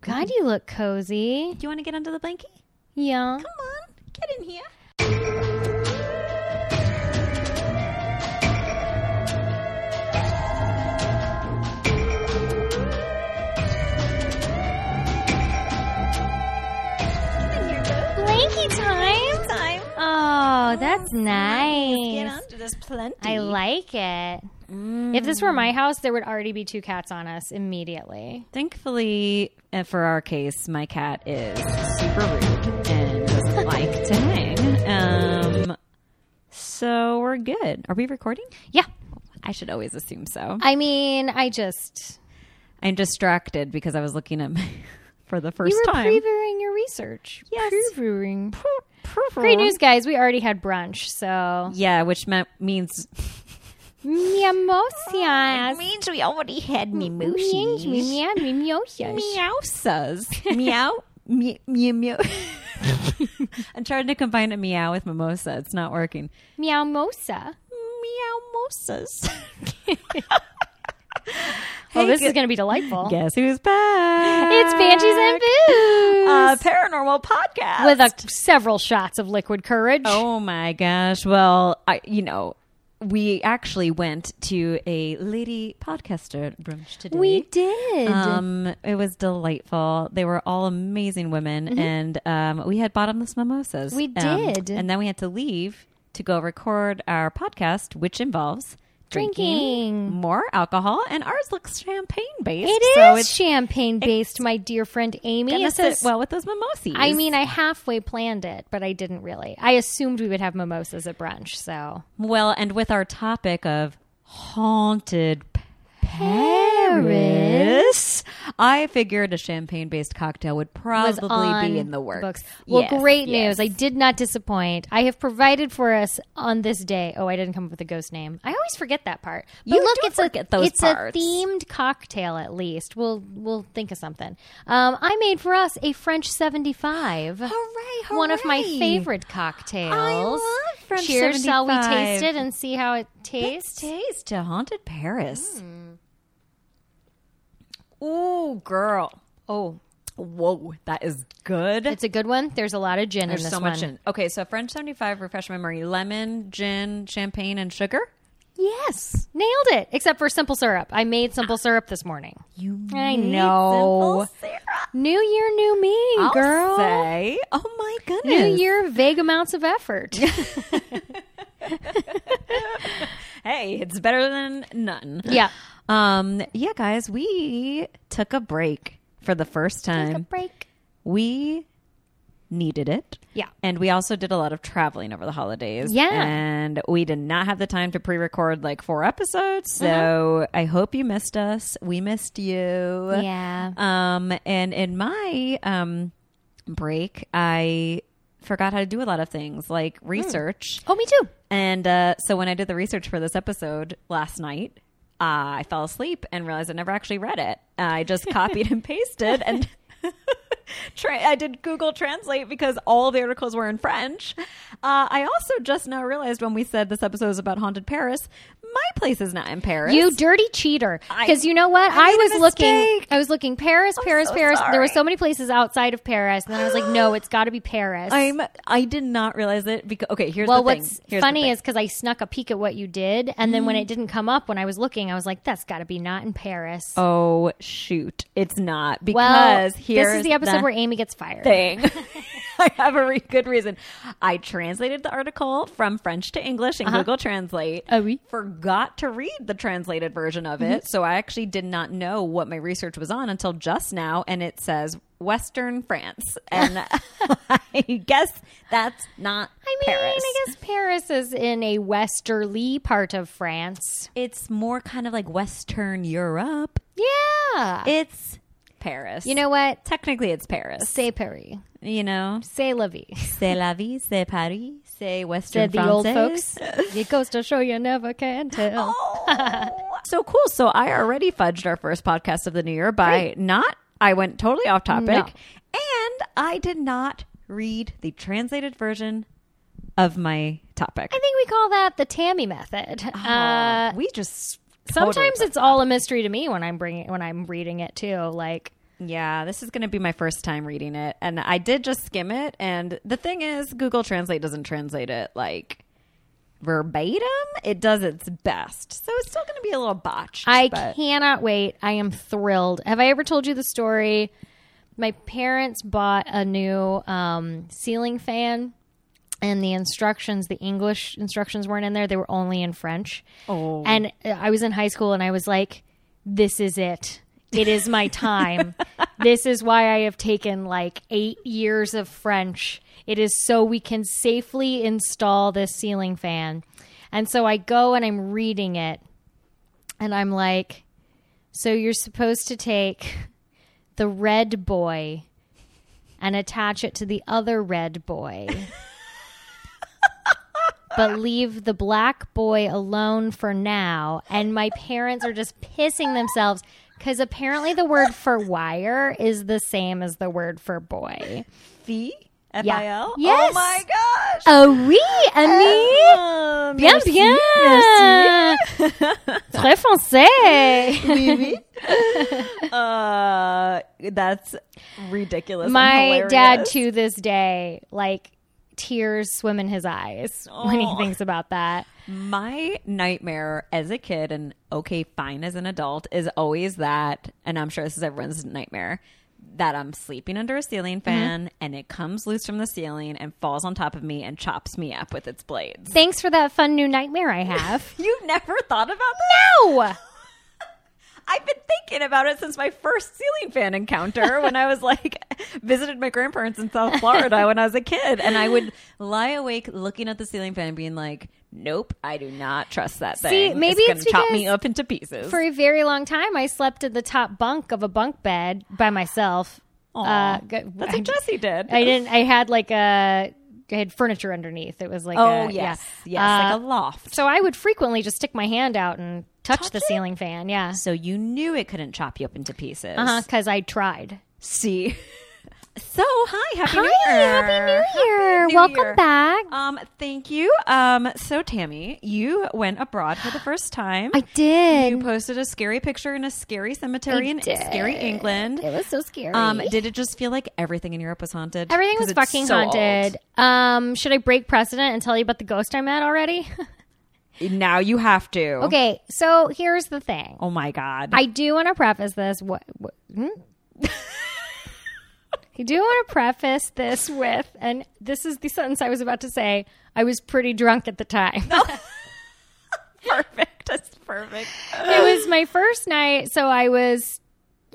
God, you look cozy. Do you want to get under the blanket? Yeah. Come on, get in here. Blankie time. Time. Oh, that's Get nice. under this plenty. Mm-hmm. I like it. Mm. If this were my house, there would already be two cats on us immediately. Thankfully, uh, for our case, my cat is super rude and doesn't like to hang. Um, so we're good. Are we recording? Yeah. I should always assume so. I mean, I just I'm distracted because I was looking at my for the first you were time. previewing your research. Yes. Previewing. Great news, guys. We already had brunch, so Yeah, which meant, means mimosas. means we already had Oh, mimosas. Meow, meow, mimosas. Meowsas. meow. Meow. Meow. I'm trying to combine a meow with mimosa. It's not working. Meow, mosa. Meow mimosas. Well, Hey, Oh, this gu- is going to be delightful. Guess who's back? Uh, It's Banshees and Booze. a paranormal podcast with a, several shots of liquid courage. Oh my gosh. Well, I you know, we actually went to a lady podcaster brunch today. we did. Um, it was delightful. They were all amazing women, and um, we had bottomless mimosas. Mm-hmm. We Um, did. and then we had to leave to go record our podcast, which involves Drinking. more alcohol, and ours looks champagne based. it is so it's champagne based, my dear friend Amy. gonna It says- sit well with those mimosas. I mean, I halfway planned it, but I didn't really. I assumed we would have mimosas at brunch, so well, and with our topic of haunted. Paris Paris. I figured a champagne based cocktail would was probably on be in the works. books. Well, Yes, great yes. news! I did not disappoint. I have provided for us on this day. Oh, I didn't come up with a ghost name. I always forget that part. But You look, do it's a- forget those it's parts. a themed cocktail. At least we'll we'll think of something. Um, I made for us a French seventy-five. Hooray, One of my hooray. favorite cocktails. I love French Cheers! Shall we 75. taste it and see how it Let's tastes? taste to haunted Paris. Hmm. Ooh, girl. oh, Whoa, that is good. it's a good one. There's a lot of gin in There's this so one. much in. Okay, so French 75, refresh my memory. Lemon, gin, champagne, and sugar. Yes, nailed it. Except for simple syrup. I made simple syrup this morning. Ah. You I know. New year, new me, I'll girl. say. Oh my New goodness. year, vague amounts of effort. Hey, it's better than none. yeah. Um, yeah, guys, we took a break for the first Take a time. break. We needed it. Yeah. And we also did a lot of traveling over the holidays. Yeah. And we did not have the time to pre record like four episodes. So I hope you missed us. We missed you. Uh-huh. Yeah. Um, and in my um, break, I forgot how to do a lot of things like research. Oh, me too. And uh, so when I did the research for this episode last night, uh, I fell asleep and realized I never actually read it. I just copied and pasted and. Tra- I did Google Translate because all the articles were in French. Uh, I also just now realized when we said this episode is about haunted Paris, my place is not in Paris. You dirty cheater! I- Because you know what, I I, made a was looking. mistake. I was looking Paris, Paris, so Paris. There were sorry. so many places outside of Paris, and then I was like, no, it's got to be Paris. I'm. I did not realize it because. Okay, here's well, the thing. what's Here's the funny thing. Mm. is because I snuck a peek at what you did, and then when it didn't come up when I was looking, I was like, that's got to be not in Paris. oh shoot, it's not because well, here's this is the episode where Amy gets fired. thing. I have a re- good reason. I translated the article from French to English in Google Translate. Ah Uh-huh. oui. Mm-hmm. Forgot to read the translated version of it, so I actually did not know what my research was on until just now, and it says Western France, and I guess that's not I mean, Paris. I guess Paris is in a westerly part of France. It's more kind of like Western Europe. Yeah. It's Paris. you know what? technically it's Paris. Say Paris. you know, Say la vie. c'est la vie, c'est Paris, c'est Western Said the old Française. folks. it goes to show you never can tell. Oh. Oh. so cool. So I already fudged our first podcast of the new year by not. I went totally off topic, No. and I did not read the translated version of my topic. I think we call that the Tammy method. Uh, we just Oh. totally sometimes it's all a mystery to me when I'm bringing when I'm reading it too. Like Yeah, this is going to be my first time reading it. And I did just skim it. And the thing is, Google Translate doesn't translate it like verbatim, it does its best. So it's still going to be a little botched. I but- cannot wait. I am thrilled. Have I ever told you the story? My parents bought a new um, ceiling fan, and the instructions, the English instructions weren't in there. They were only in French. Oh. And uh, I was in high school, and I was like, this is it. It is my time. this is why I have taken like eight years of French. It is so we can safely install this ceiling fan. And so I go and I'm reading it and I'm like, so you're supposed to take the red boy and attach it to the other red boy. But leave the black boy alone for now. And my parents are just pissing themselves because apparently the word for wire is the same as the word for boy. V F I L? Yes. Oh my gosh. Oh, oui, ami! Ah, Bien, merci. bien! Très français! Uh, that's ridiculous. and my hilarious. dad to this day like tears swim in his eyes when he Aw. thinks about that My nightmare as a kid and okay, fine as an adult is always that, and I'm sure this is everyone's nightmare, that I'm sleeping under a ceiling Mm-hmm. fan and it comes loose from the ceiling and falls on top of me and chops me up with its blades. thanks for that fun new nightmare i have You've never thought about that? no I've been thinking about it since my first ceiling fan encounter when I was like visited my grandparents in South Florida when I was a kid and I would lie awake looking at the ceiling fan being like, Nope, I do not trust that See, thing. maybe it's gonna it's chop me because up into pieces. for a very long time i slept in the top bunk of a bunk bed by myself Uh, Aw, g- That's I, what Jesse did. I didn't i had like a i had furniture underneath it was like oh a, yes, yes, yeah. Uh, like a loft. so i would frequently just stick my hand out and touch, Touch the it? ceiling fan yeah So you knew it couldn't chop you up into pieces. uh-huh because i tried See. So hi, happy New Hi, Year! Happy New Year! New Welcome Year. back. Um, thank you. Um, so Tammy, you went abroad for the first time. I did. You posted a scary picture in a scary cemetery I in did. scary England. It was so scary. Um, did it just feel like everything in Europe was haunted? Everything 'Cause was it's fucking so old. haunted. Um, should I break precedent and tell you about the ghost I met already? Now you have to. okay, so here's the thing. Oh my god. I do want to preface this. What? what hmm? I do want to preface this with, and this is the sentence I was about to say. I was pretty drunk at the time. perfect. That's perfect. it was my first night, so I was.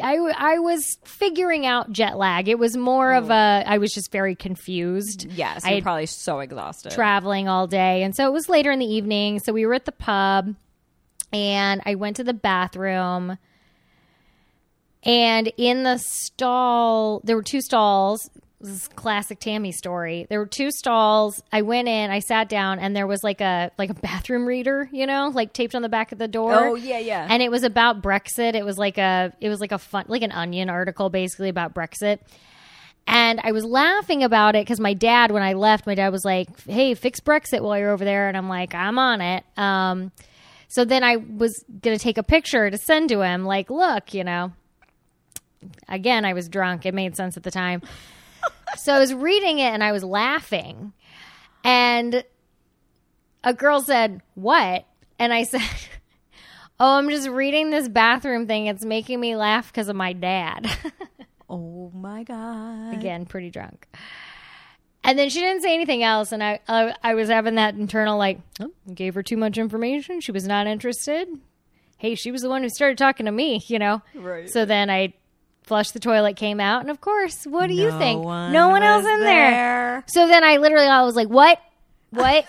I, w- I was figuring out jet lag. It was more of a, I was just very confused. Yes, I you're had probably so exhausted. traveling all day. And so it was later in the evening. So we were at the pub and I went to the bathroom. And in the stall, there were two stalls. This is classic Tammy story. There were two stalls. I went in, I sat down, and there was like a like a bathroom reader, you know, like taped on the back of the door. Oh, yeah, yeah. And it was about Brexit. It was like a it was like a fun like an onion article basically about Brexit. And I was laughing about it because my dad, when I left, my dad was like, "Hey, fix Brexit while you're over there," and I'm like, "I'm on it." Um, so then I was gonna take a picture to send to him, like, "Look, you know." Again, I was drunk. It made sense at the time, so I was reading it and I was laughing, and a girl said, "What?" and I said. Oh, I'm just reading this bathroom thing. It's making me laugh because of my dad. Oh my god. again pretty drunk and then she didn't say anything else and i i, I was having that internal like "Oh, gave her too much information she was not interested hey she was the one who started talking to me you know Right. so then i flushed the toilet came out and of course what do you think no one was else in there. So then I literally I was like, what? What?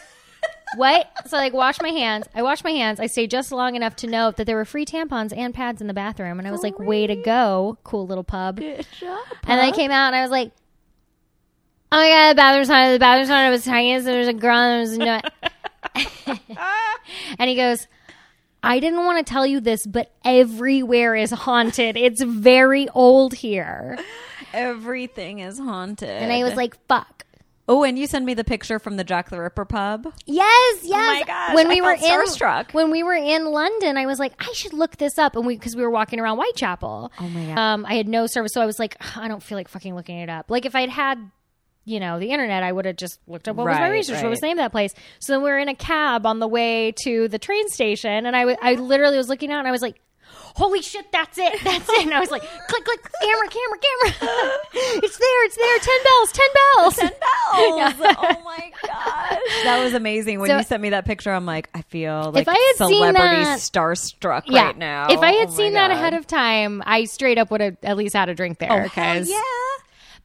what? So I like wash my hands. I wash my hands. I stayed just long enough to note that there were free tampons and pads in the bathroom. And I was like, way to go, cool little pub. Good job. And I came out and I was like, oh my God, the bathroom sign, the bathroom sign, it was tiny. There was a girl and there was a nut. and he goes, I didn't want to tell you this, but everywhere is haunted. It's very old here. Everything is haunted. And I was like, fuck. Oh, and you send me the picture from the Jack the Ripper pub. Yes, yes. Oh my gosh, when I we were felt in starstruck. when we were in London, I was like, I should look this up, and we because we were walking around Whitechapel. Oh my God. Um, I had no service, so I was like, "Ugh, I don't feel like fucking looking it up. Like if I'd had, you know, the internet, I would have just looked up what was my Right, research, what was the right. name of that place. So then we were in a cab on the way to the train station, and I wa- I literally was looking out, and I was like. Holy shit, that's it. That's it. And I was like, click, click, camera, camera, camera. it's there, it's there. 10 bells, 10 bells. Bells. Oh my gosh. That was amazing. When So- you sent me that picture, I'm like, I feel like I had seen celebrity that- starstruck right now. If I had Oh my seen that God. ahead of time, I straight up would have at least had a drink there. Hell 'cause yeah.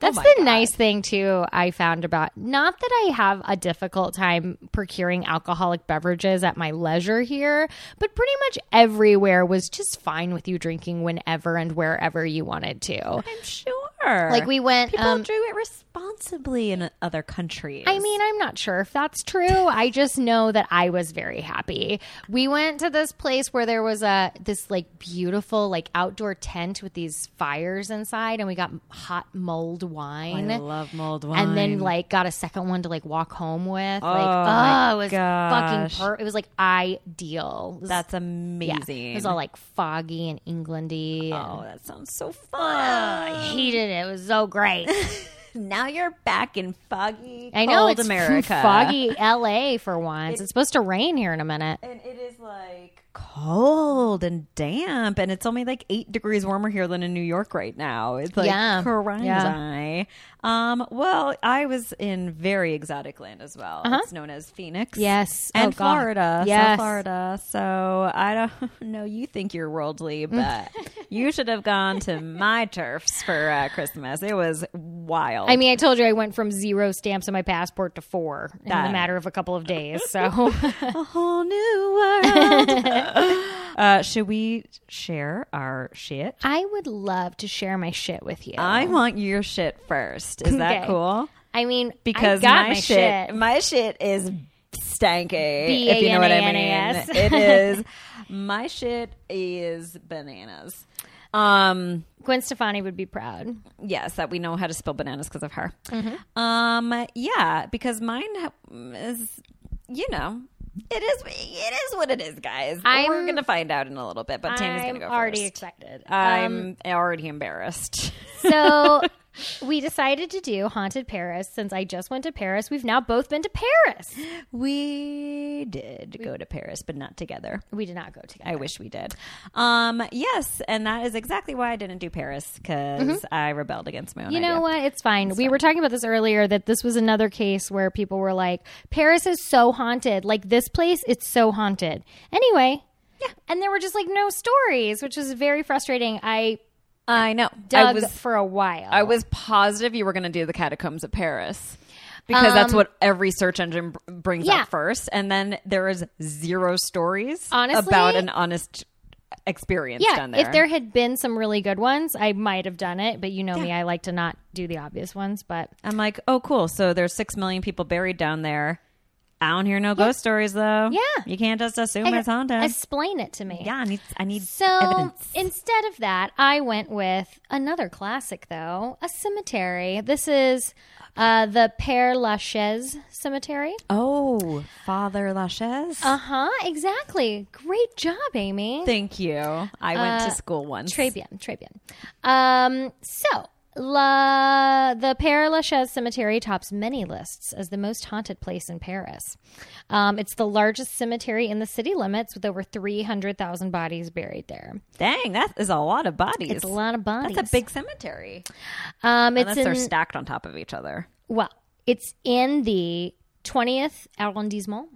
Oh That's my the God. nice thing too I found about not that I have a difficult time procuring alcoholic beverages at my leisure here, but pretty much everywhere was just fine with you drinking whenever and wherever you wanted to. I'm sure. Like we went People um, drew it responsibly in other countries. I mean, I'm not sure if that's true. I just know that I was very happy. We went to this place where there was a this like beautiful like outdoor tent with these fires inside, and we got hot mulled wine. I love mulled wine. and then like got a second one to like walk home with. like, oh, my it was gosh. fucking per- it was like ideal. It was- that's yeah. amazing. It was all like foggy and Englandy. and- oh, that sounds so fun. I hated it. It was so great. now you're back in foggy, I know cold it's America. foggy LA for once. it's supposed to rain here in a minute. And it is like cold and damp, and it's only like eight degrees warmer here than in New York right now. It's like Yeah. crazy. Yeah. Um, well, I was in very exotic land as well. It's known as Phoenix. Yes. Uh-huh. Oh, and God. Florida, Yes. South Florida. So I don't know. You think you're worldly, but you should have gone to my turfs for uh, Christmas. It was wild. I mean, I told you I went from zero stamps on my passport to four in the That- matter of a couple of days. So a whole new world. uh, should we share our shit? I would love to share my shit with you. I want your shit first. Ah, Is that Okay. cool? I mean, I Because got my, my shit, my shit is stanky. If you know what I mean, B-A-N-A-N-A-S. it is. My shit is bananas. Um. Gwen Stefani would be proud. Yes, that we know how to spell bananas because of her. Mm-hmm. Um. Yeah, because mine ha- is, you know. It is. It is what it is, guys. We're I'm- gonna find out in a little bit, but Tammy's I'm gonna go already um, first. excited. I'm already embarrassed. so we decided to do Haunted Paris since I just went to Paris. We've now both been to Paris. We did go to Paris, but not together. We did not go together. I wish we did. Um, yes, and that is exactly why I didn't do Paris because I rebelled against my own. Mm-hmm. You idea. know what? It's fine. we were talking about this earlier that this was another case where people were like, Paris is so haunted. Like this place, it's so haunted. Anyway. Yeah. And there were just like no stories, which was very frustrating. I I know. I dug was for a while. I was positive you were going to do the catacombs of Paris because that's what every search engine br- brings Um, yeah. up first, and then there is zero stories Honestly- about an honest experience yeah, done there. if there had been some really good ones, I might have done it. But you know me, I like to not do the obvious ones. But I'm like, oh, cool. So there's six million people buried down there. I don't hear no ghost stories though. Yeah. you can't just assume it's haunted. explain it to me. yeah, I need, I need So evidence. instead of that, I went with another classic, though a cemetery. This is uh, the Père Lachaise Cemetery. Oh, Father Lachaise. Uh huh. Exactly. Great job, Amy. Thank you. I went to school once. Trabian, Trabian. Um, so La, the Père Lachaise Cemetery tops many lists as the most haunted place in Paris. Um, it's the largest cemetery in the city limits, with over three hundred thousand bodies buried there. Dang, that is a lot of bodies. It's a lot of bodies. That's a big cemetery. Um, it's Unless in they're stacked on top of each other. well, it's in the twentieth arrondissement.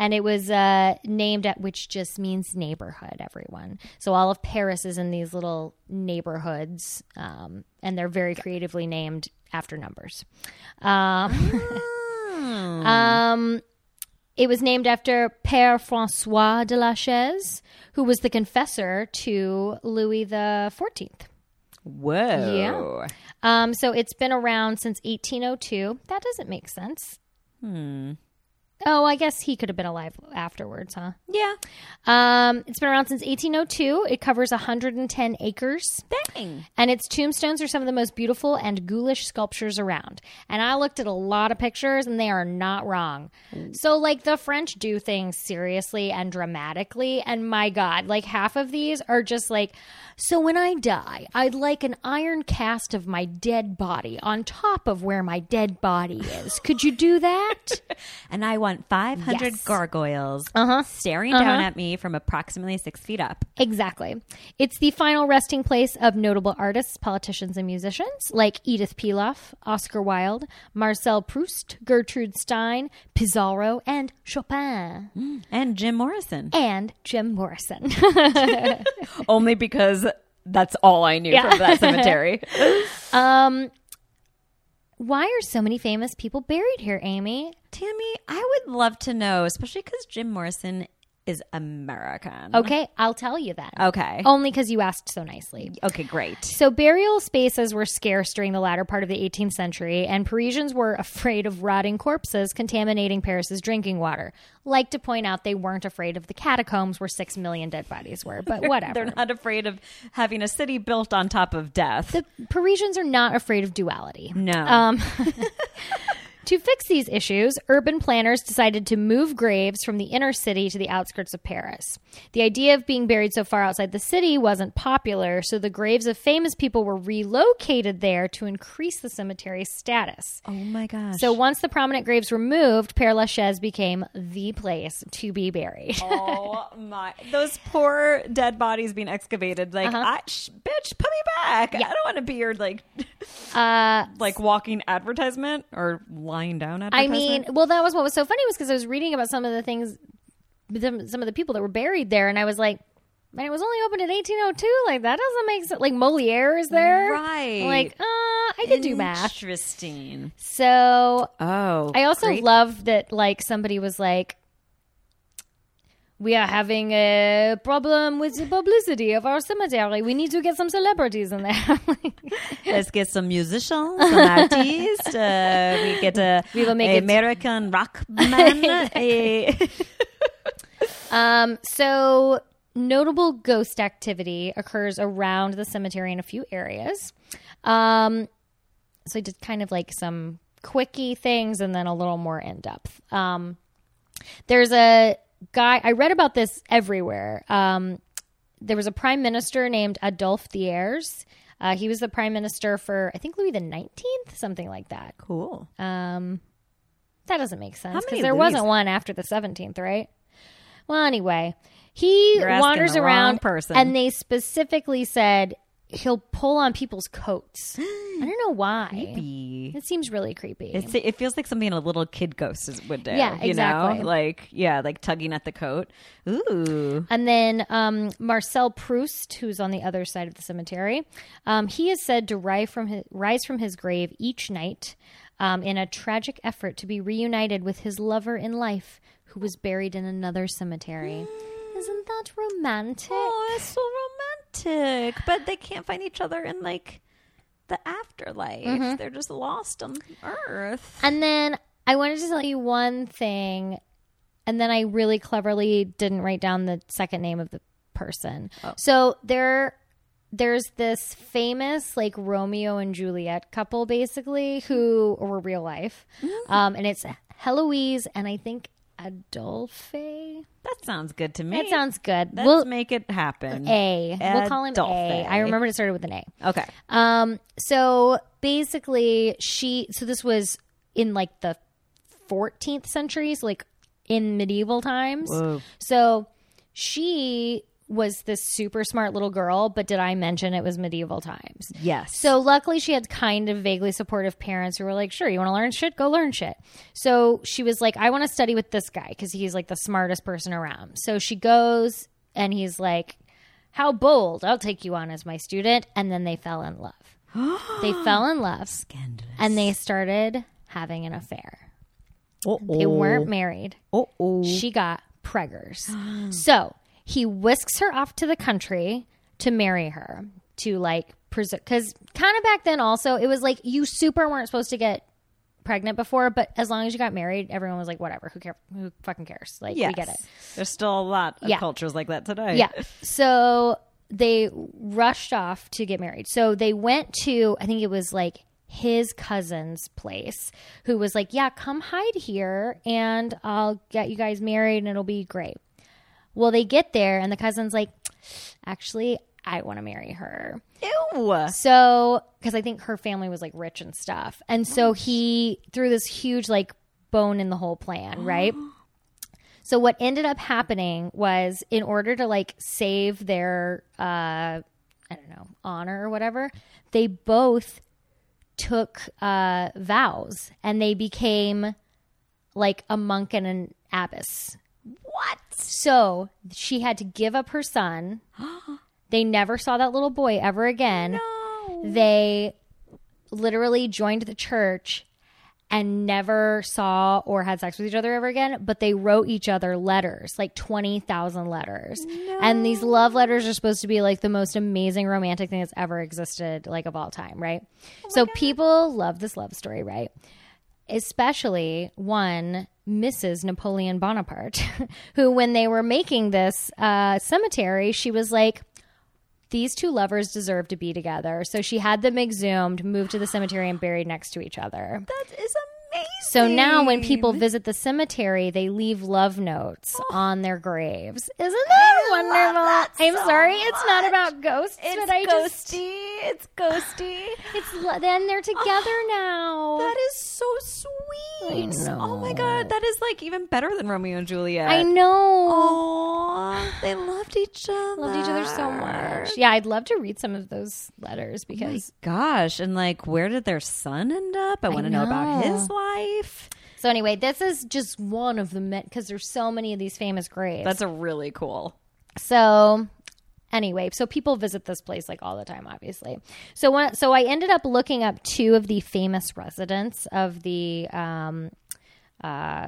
And it was uh, named at, which just means neighborhood. Everyone, so all of Paris is in these little neighborhoods, um, and they're very creatively named after numbers. Um, It was named after Père François de la Chaise, who was the confessor to Louis the Fourteenth. Whoa. Yeah. oh Um, so it's been around since 1802. That doesn't make sense. Oh, I guess he could have been alive afterwards, huh? Yeah. Um, it's been around since 1802. It covers 110 acres. Dang. And its tombstones are some of the most beautiful and ghoulish sculptures around. And I looked at a lot of pictures and they are not wrong. So, like, the French do things seriously and dramatically. And my God, like, half of these are just like, so when I die, I'd like an iron cast of my dead body on top of where my dead body is. Could you do that? And I want 500 Yes. gargoyles staring down at me from approximately six feet up. Exactly. It's the final resting place of notable artists, politicians, and musicians like Edith Piaf, Oscar Wilde, Marcel Proust, Gertrude Stein, Pizarro, and Chopin, And Jim Morrison. and Jim Morrison. Only because that's all I knew from that cemetery. Why are so many famous people buried here, Amy? Tammy, I would love to know, especially because Jim Morrison is American. Okay, I'll tell you that. Okay. Only because you asked so nicely. Okay, great. So, burial spaces were scarce during the latter part of the 18th century, and Parisians were afraid of rotting corpses contaminating Paris's drinking water. Like to point out, they weren't afraid of the catacombs where six million dead bodies were, but whatever. They're not afraid of having a city built on top of death. the um, Parisians are not afraid of duality. no. To fix these issues, urban planners decided to move graves from the inner city to the outskirts of Paris. The idea of being buried so far outside the city wasn't popular, so the graves of famous people were relocated there to increase the cemetery's status. oh my gosh. So once the prominent graves were moved, Père Lachaise became the place to be buried. Oh my! Those poor dead bodies being excavated. Like, Uh-huh. I, sh- bitch, put me back. I don't want to be your like, Uh, like walking advertisement or lying down I advertisement. mean, well, that was what was so funny was because I was reading about some of the things, them- some of the people that were buried there, and I was like, man, it was only opened in 1802. Like that doesn't make sense. Like Moliere is there, Right. Like, uh, I could do math. Interesting. So Oh, I also great. love that like somebody was like we are having a problem with the publicity of our cemetery. We need to get some celebrities in there. Let's get some musicians, some artists. Uh, we get a We will make a it- American rock Eh, man. a- um, so notable ghost activity occurs around the cemetery in a few areas. Um, so I did kind of like some quickie things and then a little more in depth. Um, there's a guy I read about this everywhere. Um, there was a prime minister named Adolphe Thiers. Uh, he was the prime minister for I think Louis the Nineteenth, something like that. cool. That doesn't make sense because many there Louis- wasn't one after the 17th, right? Well, anyway, he You're asking wanders the wrong around person. and they specifically said he'll pull on people's coats. I don't know why. Be- It seems really creepy. It's, it feels like something a little kid ghost is- would do. Yeah, You know? exactly. Like, yeah, like tugging at the coat. Ooh. and then um, Marcel Proust, who's on the other side of the cemetery, um, he is said to rise from his, rise from his grave each night um, in a tragic effort to be reunited with his lover in life, who was buried in another cemetery. Isn't that romantic? Oh, it's so romantic. But they can't find each other in like the afterlife. Mm-hmm. They're just lost on Earth. And then I wanted to tell you one thing, and then I really cleverly didn't write down the second name of the person. So there there's this famous like Romeo and Juliet couple basically who were real life. Um and it's Heloise and I think Adolphe. That sounds good to me. That sounds good. Let's we'll make it happen. A. We'll call him A. Adolphe. I remember it started with an A. Okay. Um, so basically, she. So this was in like the 14th centuries, like in medieval times. Whoa. So she was this super smart little girl, but did I mention it was medieval times? Yes. So luckily, she had kind of vaguely supportive parents who were like, "Sure, you want to learn shit, go learn shit." So she was like, "I want to study with this guy because he's like the smartest person around." So she goes, and he's like, "How bold! I'll take you on as my student." And then they fell in love. they fell in love, Scandalous. and they started having an affair. Oh, They weren't married. oh, oh. She got preggers. so he whisks her off to the country to marry her to like preserve. Because kind of back then, also, it was like you super weren't supposed to get pregnant before, but as long as you got married, everyone was like, whatever, who care, who fucking cares? Like, Yes. we get it. There's still a lot of Yeah. cultures like that today. Yeah. So they rushed off to get married. So they went to, I think it was like his cousin's place, who was like, Yeah, come hide here and I'll get you guys married and it'll be great. Well, they get there and the cousin's like, Actually, I want to marry her. Ew. So, because I think her family was like rich and stuff. And so he threw this huge like bone in the whole plan, right? So, what ended up happening was in order to like save their, uh, I don't know, honor or whatever, they both took uh, vows and they became like a monk and an abbess. What? So, she had to give up her son. They never saw that little boy ever again No. they literally joined the church and never saw or had sex with each other ever again but they wrote each other letters like 20,000 letters and these love letters are supposed to be like the most amazing romantic thing that's ever existed like of all time right so people love this love story right especially one Mrs. Napoleon Bonaparte, who, when they were making this uh, cemetery, she was like, these two lovers deserve to be together. So she had them exhumed, moved to the cemetery, and buried next to each other. That is amazing. So now, when people visit the cemetery, they leave love notes on their graves. Isn't that wonderful? Oh. that I'm so sorry, it's not much. about ghosts, It's but I just ghosty. It's ghosty. it's lo- then they're together now. that is so sweet. I know. Oh my god, that is like even better than Romeo and Juliet. I know. Oh, they loved each other. loved each other so much. Yeah, I'd love to read some of those Oh letters because. Gosh, and like, where did their son end up? I want to know. about know. his life. So anyway, this is just one of the met because there's so many of these famous graves. That's a really cool. so anyway, so people visit this place like all the time, obviously. So one, so I ended up looking up two of the famous residents of the um, uh,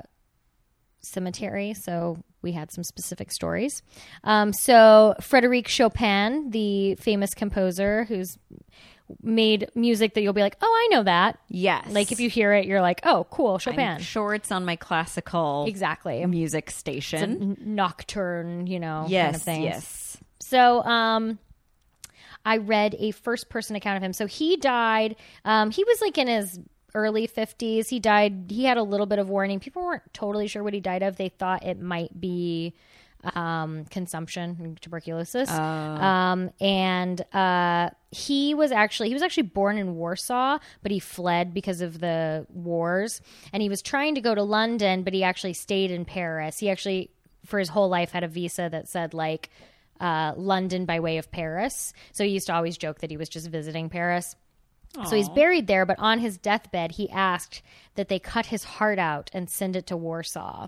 cemetery. So. We had some specific stories. Um, so, Frederic Chopin, the famous composer who's made music that you'll be like, oh, I know that. Yes, Like if you hear it, you're like, oh, cool, I'm Chopin. sure it's on my classical exactly. music station. N- Nocturne, you know, Yes, kind of things. yes. So, um, I read a first person account of him. So he died. Um, he was like in his early 50s. He died. He had a little bit of warning. People weren't totally sure what he died of. They thought it might be um, consumption, tuberculosis. Um, and uh, he was actually he was actually born in Warsaw, but he fled because of the wars. And he was trying to go to London, but he actually stayed in Paris. He actually for his whole life had a visa that said like uh, London by way of Paris. So he used to always joke that he was just visiting Paris. So he's buried there, but on his deathbed, he asked that they cut his heart out and send it to Warsaw.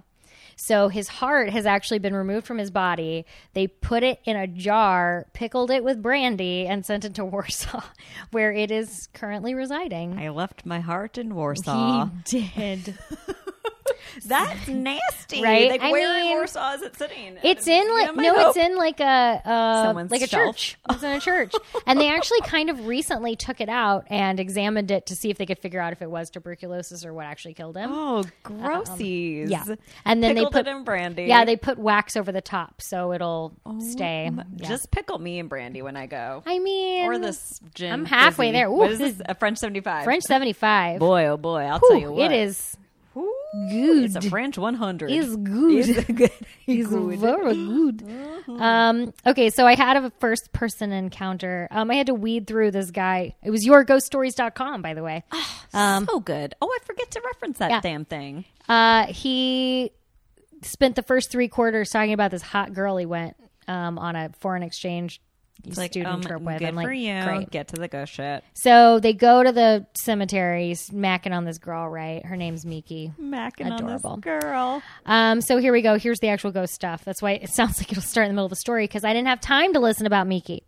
So his heart has actually been removed from his body. They put it in a jar, pickled it with brandy, and sent it to Warsaw, where it is currently residing. I left my heart in Warsaw. He did. That's nasty, Right? Like, I where in mean, Warsaw is it sitting? It's in like no, it's in like a uh, Someone's like a shelf. church. It's in a church, and they actually kind of recently took it out and examined it to see if they could figure out if it was tuberculosis or what actually killed him. Oh, grossies. yeah, Um, and then Pickled they put it in brandy. yeah they put wax over the top so it'll Oh stay. Yeah. Just pickle me and brandy when I go. I mean, or this gin. I'm halfway fizzy. there. Ooh, what is this- this? A French 75. French seventy five. Boy, oh boy. I'll tell you what. It is Ooh, good. It's a French 100. is good. It's good. Uh-huh. He's very good. Um, okay, so I had a first person encounter. Um, I had to weed through this guy. It was yourghoststories.com, by the way. so good. Oh, I forget to reference that Yeah. damn thing. Uh, he spent the first three quarters talking about this hot girl he went um, on a foreign exchange student um, trip with. Good I'm like, for you. great. Get to the go shit. So they go to the cemetery, smacking on this girl, right? Her name's Miki. Macking on this Adorable. girl. Um, so here we go. Here's the actual ghost stuff. That's why it sounds like it'll start in the middle of the story because I didn't have time to listen about Miki.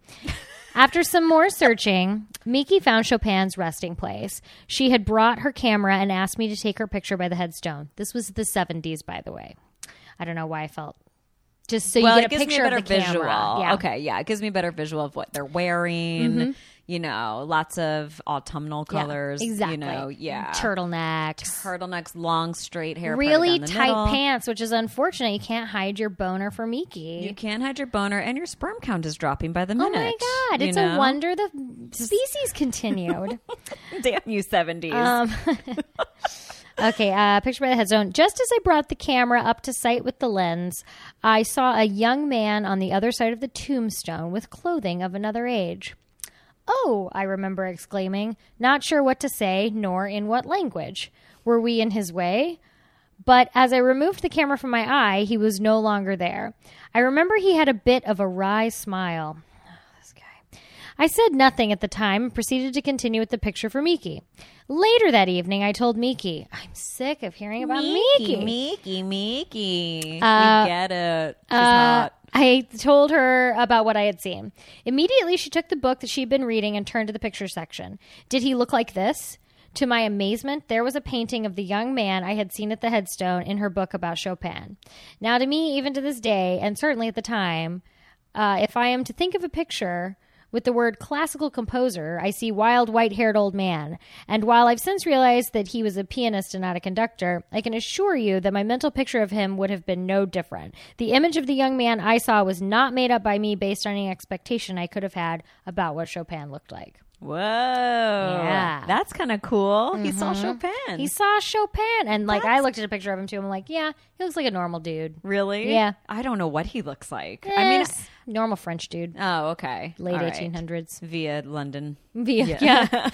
After some more searching, Miki found Chopin's resting place. She had brought her camera and asked me to take her picture by the headstone. This was the 70s, by the way. I don't know why I felt. Just so Well, you it get a gives me picture a better of the visual. camera. Yeah. Mm-hmm. Okay, yeah, it gives me a better visual of what they're wearing. you know, lots of autumnal Yeah, colors. exactly. You know, yeah. Turtlenecks. Turtlenecks, long straight hair. parted really down the tight middle. pants, which is unfortunate. You can't hide your boner for Miki. You can hide your boner, and your sperm count is dropping by the oh minute. my god, you it's a know? wonder the species continued. Damn you, seventies. um, okay, uh, picture by the head zone. Just as I brought the camera up to sight with the lens, I saw a young man on the other side of the tombstone with clothing of another age. Oh, I remember exclaiming, not sure what to say nor in what language. Were we in his way? But as I removed the camera from my eye, he was no longer there. I remember he had a bit of a wry smile. This guy. I said nothing at the time and proceeded to continue with the picture for Miki. Later that evening, I told Miki, I'm sick of hearing about Miki. Miki, Miki. Uh, we get it. She's Uh, hot. I told her about what I had seen. Immediately, she took the book that she had been reading and turned to the picture section. Did he look like this? To my amazement, there was a painting of the young man I had seen at the headstone in her book about Chopin. Now, to me, even to this day, and certainly at the time, uh, if I am to think of a picture with the word classical composer, I see wild white haired old man. And while I've since realized that he was a pianist and not a conductor, I can assure you that my mental picture of him would have been no different. The image of the young man I saw was not made up by me based on any expectation I could have had about what Chopin looked like. Whoa. Yeah. Mm-hmm. That's kind of cool. He saw Chopin. He saw Chopin, and like I looked at a picture of him too. I'm like, yeah, he looks like a normal dude. really? Yeah. I don't know what he looks like. I mean, Yes, normal French dude, oh, okay. late All right. 1800s. Via London. Yeah.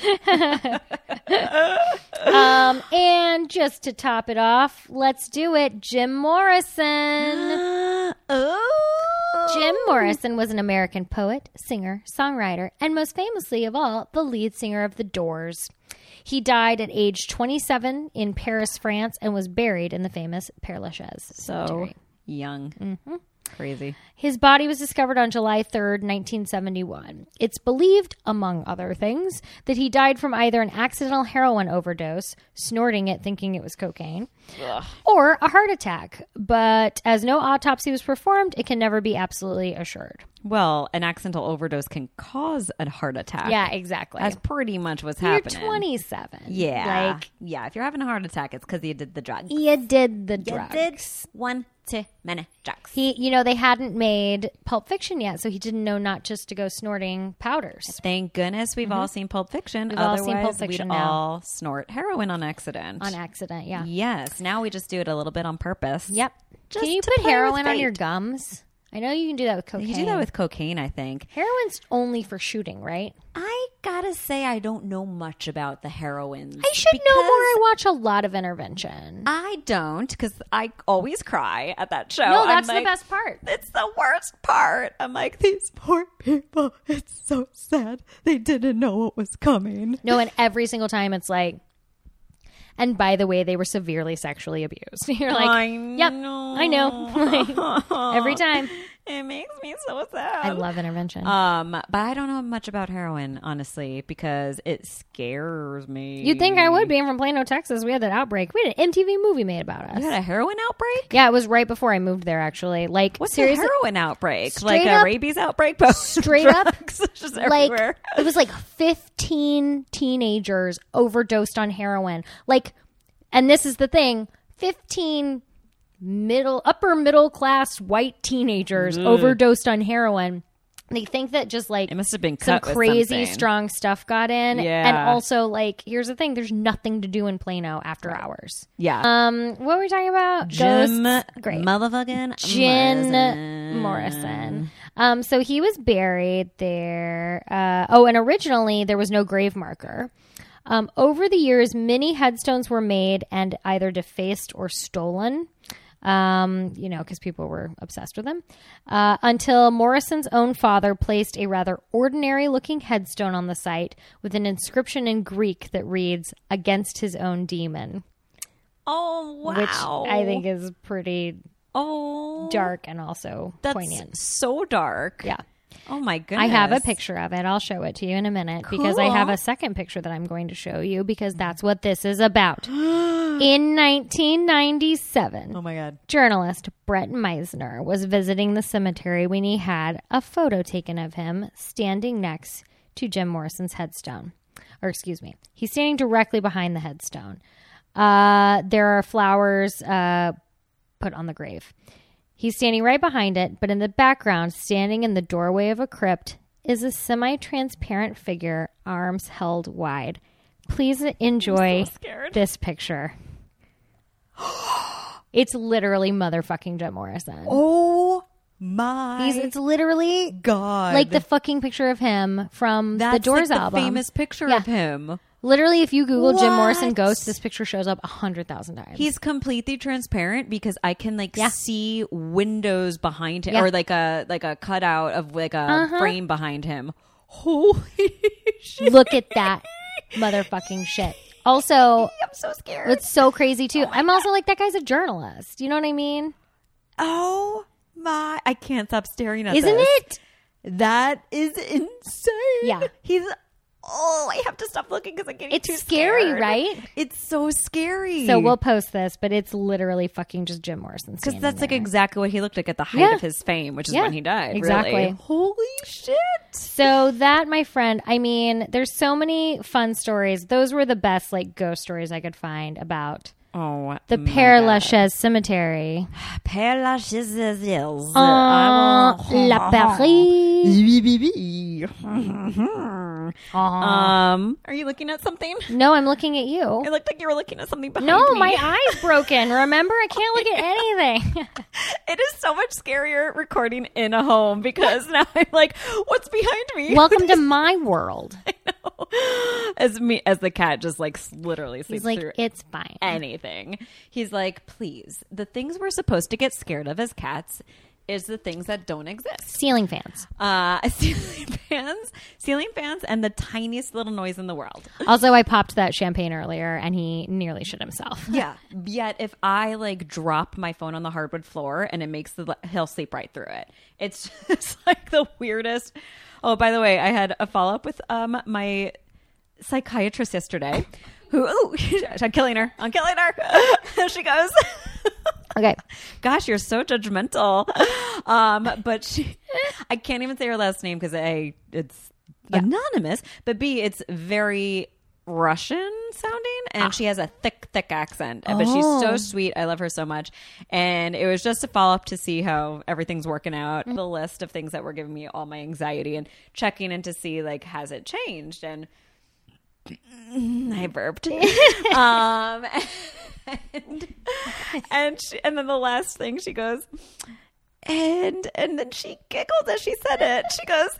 um, and just to top it off, let's do it. Jim Morrison. oh. Jim Morrison was an American poet, singer, songwriter, and most famously of all, the lead singer of The Doors. He died at age 27 in Paris, France, and was buried in the famous Père Lachaise So cemetery. young. Mm-hmm. Crazy. His body was discovered on July 3rd, 1971. It's believed, among other things, that he died from either an accidental heroin overdose, snorting it thinking it was cocaine, or a heart attack. But as no autopsy was performed, it can never be absolutely assured. Well, an accidental overdose can cause a heart attack. Yeah, exactly. That's pretty much what's You're happening. 27. Yeah. Like, yeah. If you're having a heart attack, it's because you did the drug. you did the You drugs. did one too many drugs. He, you know, they hadn't made Pulp Fiction yet, so he didn't know not just to go snorting powders. Thank goodness we've all seen Pulp Fiction. Mm-hmm. We've all Otherwise, seen Pulp Fiction we'd now. all snort heroin on accident. On accident, yeah. yes. Now we just do it a little bit on purpose. Yep. Just can you to put play with heroin on fate. your gums? I know you can do that with cocaine. You do that with cocaine, I think. heroin's only for shooting, right? I gotta say, I don't know much about the heroines. I should know more. I watch a lot of intervention. I don't because I always cry at that show. no, Oh, I'm that's the like, best part. It's the worst part. I'm like, these poor people. It's so sad. They didn't know what was coming. No, and every single time it's like, and by the way, they were severely sexually abused. You're like, I yep, I know. Like, every time. It makes me so sad. I love intervention. um, but I don't know much about heroin, honestly, because it scares me. You'd think I would, being from Plano, Texas. We had that outbreak. We had an MTV movie made about us. you had a heroin outbreak? yeah, it was right before I moved there, actually. Like, What's a seriously, heroin outbreak? Straight Like up- a rabies outbreak? But straight up, drugs just everywhere. Like it was like 15 teenagers overdosed on heroin. Like and this is the thing, 15 middle upper middle class white teenagers overdosed on heroin. They think that just like it must have been some cut with crazy something. strong stuff got in and Yeah. also like here's the thing there's nothing to do in Plano after hours. Yeah. Um what were we talking about? Jim Ghosts? Great. motherfucking Jim Morrison. Morrison. Um, so he was buried there. Uh, oh, and originally there was no grave marker. Um, over the years, many headstones were made and either defaced or stolen. Um, you know, because people were obsessed with them. Uh, until Morrison's own father placed a rather ordinary looking headstone on the site with an inscription in Greek that reads, Against his own demon, Oh which wow! I think is pretty oh dark and also that's poignant. so dark. Yeah. Oh my goodness! I have a picture of it. I'll show it to you in a minute because I Cool. have a second picture that I'm going to show you because that's what this is about. in 1997, Oh my god! journalist Brett Meisner was visiting the cemetery when he had a photo taken of him standing next to Jim Morrison's headstone. Or, excuse me, he's standing directly behind the headstone. Uh, there are flowers uh, put on the grave. He's standing right behind it, but in the background, standing in the doorway of a crypt, is a semi transparent figure, arms held wide. Please enjoy scared. this picture. it's literally motherfucking Jim Morrison. Oh my He's- it's literally god! like the fucking picture of him from That's the Doors like the album. famous picture Yeah. of him. Literally, if you Google Jim Morrison What? ghost, this picture shows up a hundred thousand times. He's completely transparent because I can like Yeah. see windows behind him Yeah. or like a like a cutout of like a Uh-huh. frame behind him. Holy shit. Look at that motherfucking shit. Also, I'm so scared. it's so crazy too. I'm also like that guy's a journalist. You know what I mean? oh my I can't stop staring at Isn't this. it? That is insane. Yeah. He's oh, I have to stop looking because I'm getting It's too scary, scared. right? It's so scary. So we'll post this, but it's literally fucking just Jim Morrison. because Because that's like exactly what he looked like at the height Yeah. of his fame, which is Yeah, when he died. exactly. Really. Holy shit! So that, my friend, I mean, there's so many fun stories. Those were the best like ghost stories I could find about Oh, the Père Lachaise Cemetery. Père Lachaise is Uh, La Paris. Um, are you looking at something? No, I'm looking at you. It looked like you were looking at something behind No, me. my eye's broken. Remember, I can't look at anything. It is so much scarier recording in a home because now I'm like, what's behind me? Welcome to my world. as me as the cat just like s- literally sleeps He's like, through it's fine. anything. He's like, please, the things we're supposed to get scared of as cats is the things that don't exist. Ceiling fans. Uh, ceiling fans, ceiling fans, and the tiniest little noise in the world. Also, I popped that champagne earlier, and he nearly shit himself. Yeah. Yet if I like drop my phone on the hardwood floor and it makes the he'll sleep right through it. It's just like the weirdest. Oh, by the way, I had a follow up with um my psychiatrist yesterday. Who? Oh, I'm killing her. I'm killing her. there she goes. Okay. Gosh, you're so judgmental. Um, but she, I can't even say her last name because a, it's anonymous, but b, it's very Russian sounding, and she has a thick, thick accent. But she's so sweet. I love her so much. And it was just a follow up to see how everything's working out. The list of things that were giving me all my anxiety and checking in to see like has it changed and. I burped. um, and and, she, and then the last thing she goes, and and then she giggled as she said it. She goes,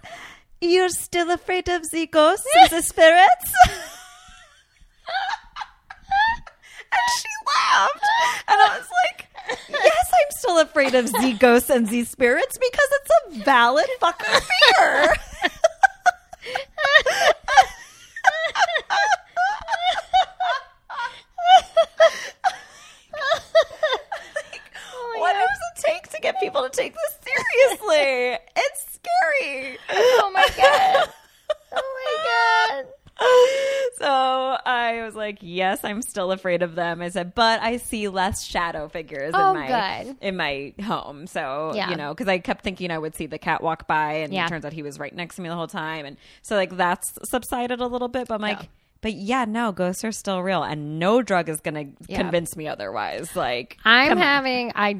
"You're still afraid of the ghosts and the spirits?" and she laughed, and I was like, "Yes, I'm still afraid of the ghosts and the spirits because it's a valid fucking fear." What does it take to get people to take this seriously? it's scary. Oh my god. Oh my god. So I was like, "Yes, I'm still afraid of them." I said, "But I see less shadow figures Oh, in my good. in my home." So Yeah. you know, because I kept thinking I would see the cat walk by, and Yeah. it turns out he was right next to me the whole time, and so like that's subsided a little bit. But I'm like, Yeah. "But yeah, no, ghosts are still real, and no drug is gonna Yeah. convince me otherwise." Like, I'm having I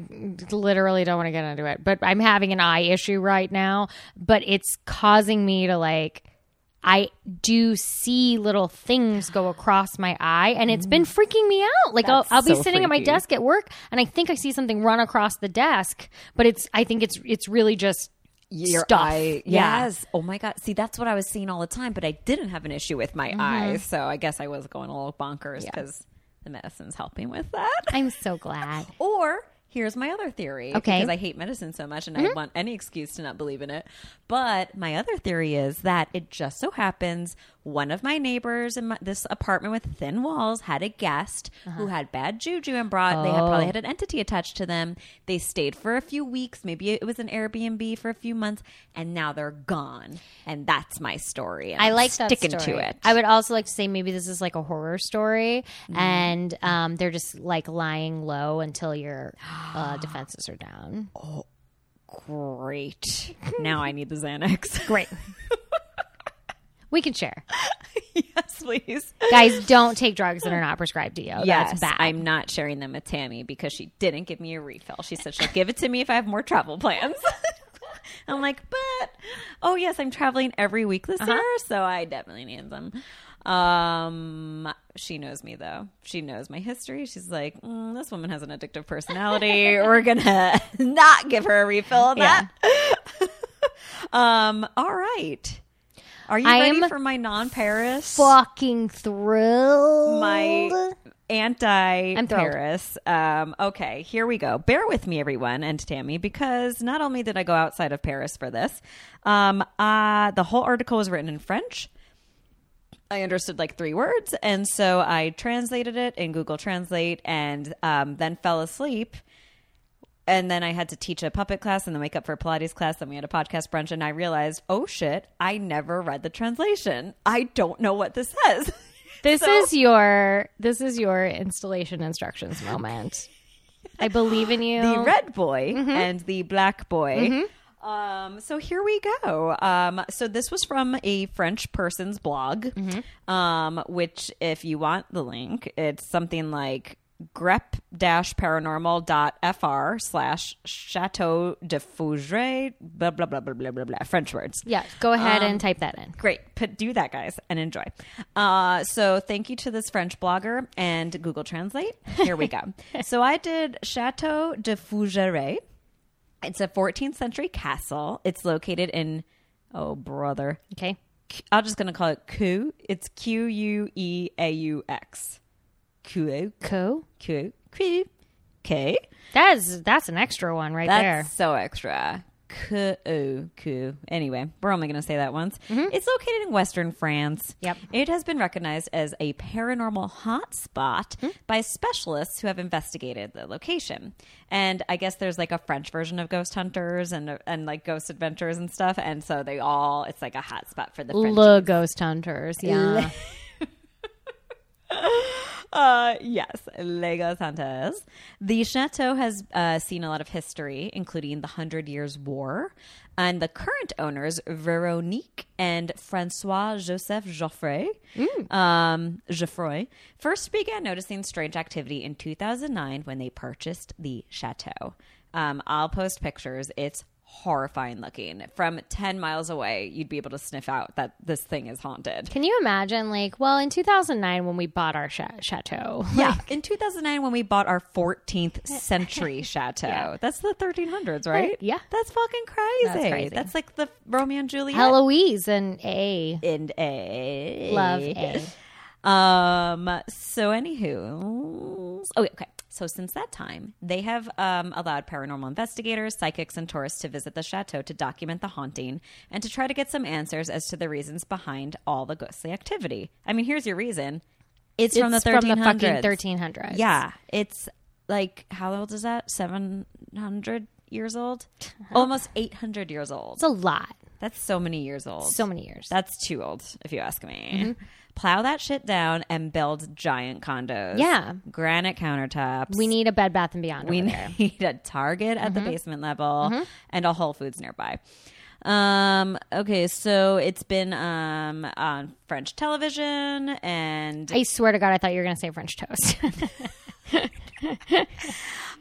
literally don't want to get into it, but I'm having an eye issue right now, but it's causing me to like I do see little things go across my eye and it's been freaking me out. Like I'll, That's I'll be so sitting at my freaky. desk at work and I think I see something run across the desk, but it's I think it's it's really just your stuff. eye. Yeah. Yes. Oh my god. See, that's what I was seeing all the time, but I didn't have an issue with my eyes, so I guess I was going a little bonkers because the medicine's helping with that. I'm so glad. Or here's my other theory. Okay. Mm-hmm. Because I hate medicine so much and I want any excuse to not believe in it. But my other theory is that it just so happens one of my neighbors in my, this apartment with thin walls had a guest Uh-huh. who had bad juju and brought, they had Oh. probably had an entity attached to them. They stayed for a few weeks. Maybe it was an Airbnb for a few months and now they're gone. And that's my story. and I I'm like that sticking story. to it. I would also like to say maybe this is like a horror story, and um, they're just like lying low until your uh, defenses are down. Great. now I need the Xanax. Great. We can share. yes, please. Guys, don't take drugs that are not prescribed to you. Yes, That's bad. I'm not sharing them with Tammy because she didn't give me a refill. She said she'll give it to me if I have more travel plans. I'm like, but oh yes, I'm traveling every week this Uh-huh. year, so I definitely need them. Um, she knows me though. She knows my history. She's like, "Mm, this woman has an addictive personality. We're gonna not give her a refill of Yeah. that. um, all right. Are you I ready am for my non-Paris? fucking thrilled. my anti I'm thrilled. Paris. Um, okay, here we go. Bear with me, everyone, and Tammy, because not only did I go outside of Paris for this, um, uh, the whole article was written in French. I understood like three words, and so I translated it in Google Translate, and um, then fell asleep. And then I had to teach a puppet class, and then wake up for Pilates class. Then we had a podcast brunch, and I realized, oh shit, I never read the translation. I don't know what this says. This is your this is your installation instructions moment. I believe in you. the red boy and the black boy. Um, so here we go. Um, so this was from a French person's blog, um, which, if you want the link, it's something like grep-paranormal.fr slash chateau de Fougere, blah, blah, blah, blah, blah, blah, blah, French words. yeah, go ahead Um, and type that in. Great. Put, do that, guys, and enjoy. Uh, so, thank you to this French blogger and Google Translate. Here we go. so, I did Chateau de Fougere. It's a 14th century castle. It's located in, oh, brother. Okay. I'm just going to call it Q. It's Q U E A U X. Q. Cool. Q. Q. K. That's that's an extra one right That's so extra. Cuckoo. Anyway, we're only going to say that once. It's located in western France. Mm-hmm. Yep. It has been recognized as a paranormal hotspot Hmm? by specialists who have investigated the location. And I guess there's like a French version of ghost hunters and and like ghost adventures and stuff. And so they all it's like a hotspot for the there. French. Le ghost hunters. Yeah. Uh, yes, Lego Santos. The chateau has uh, seen a lot of history, including the Hundred Years' War, and the current owners, Veronique and Francois Joseph Geoffroy, um, Geoffroy, first began noticing strange activity in 2009 when they purchased the chateau. Um, I'll post pictures. It's horrifying looking. From 10 miles away, you'd be able to sniff out that this thing is haunted. Can you imagine like, well, in 2009 when we bought our cha- chateau. Yeah, in 2009 when we bought our 14th century chateau. That's the 1300s, right? Yeah. That's fucking crazy. That's, crazy. like the Romeo and Juliet Eloise and A. and a Love A. Um. So, anywho, oh, okay. So, since that time, they have um, allowed paranormal investigators, psychics, and tourists to visit the chateau to document the haunting and to try to get some answers as to the reasons behind all the ghostly activity. I mean, here's your reason. It's, from the 1300s. from the fucking 1300s. Yeah, it's like how old is that? Seven hundred years old, almost eight hundred years old. It's a lot. That's so many years old. So Mm-hmm. many years. That's too old, if you ask me. Plow that shit down and build giant condos. Yeah. granite countertops. we Mm-hmm. need a Bed Bath and Beyond. We over there. need a Target at the basement level and a Whole Foods nearby. Um, okay, so it's been um, on French television and I swear to God, I thought you were going to say French toast.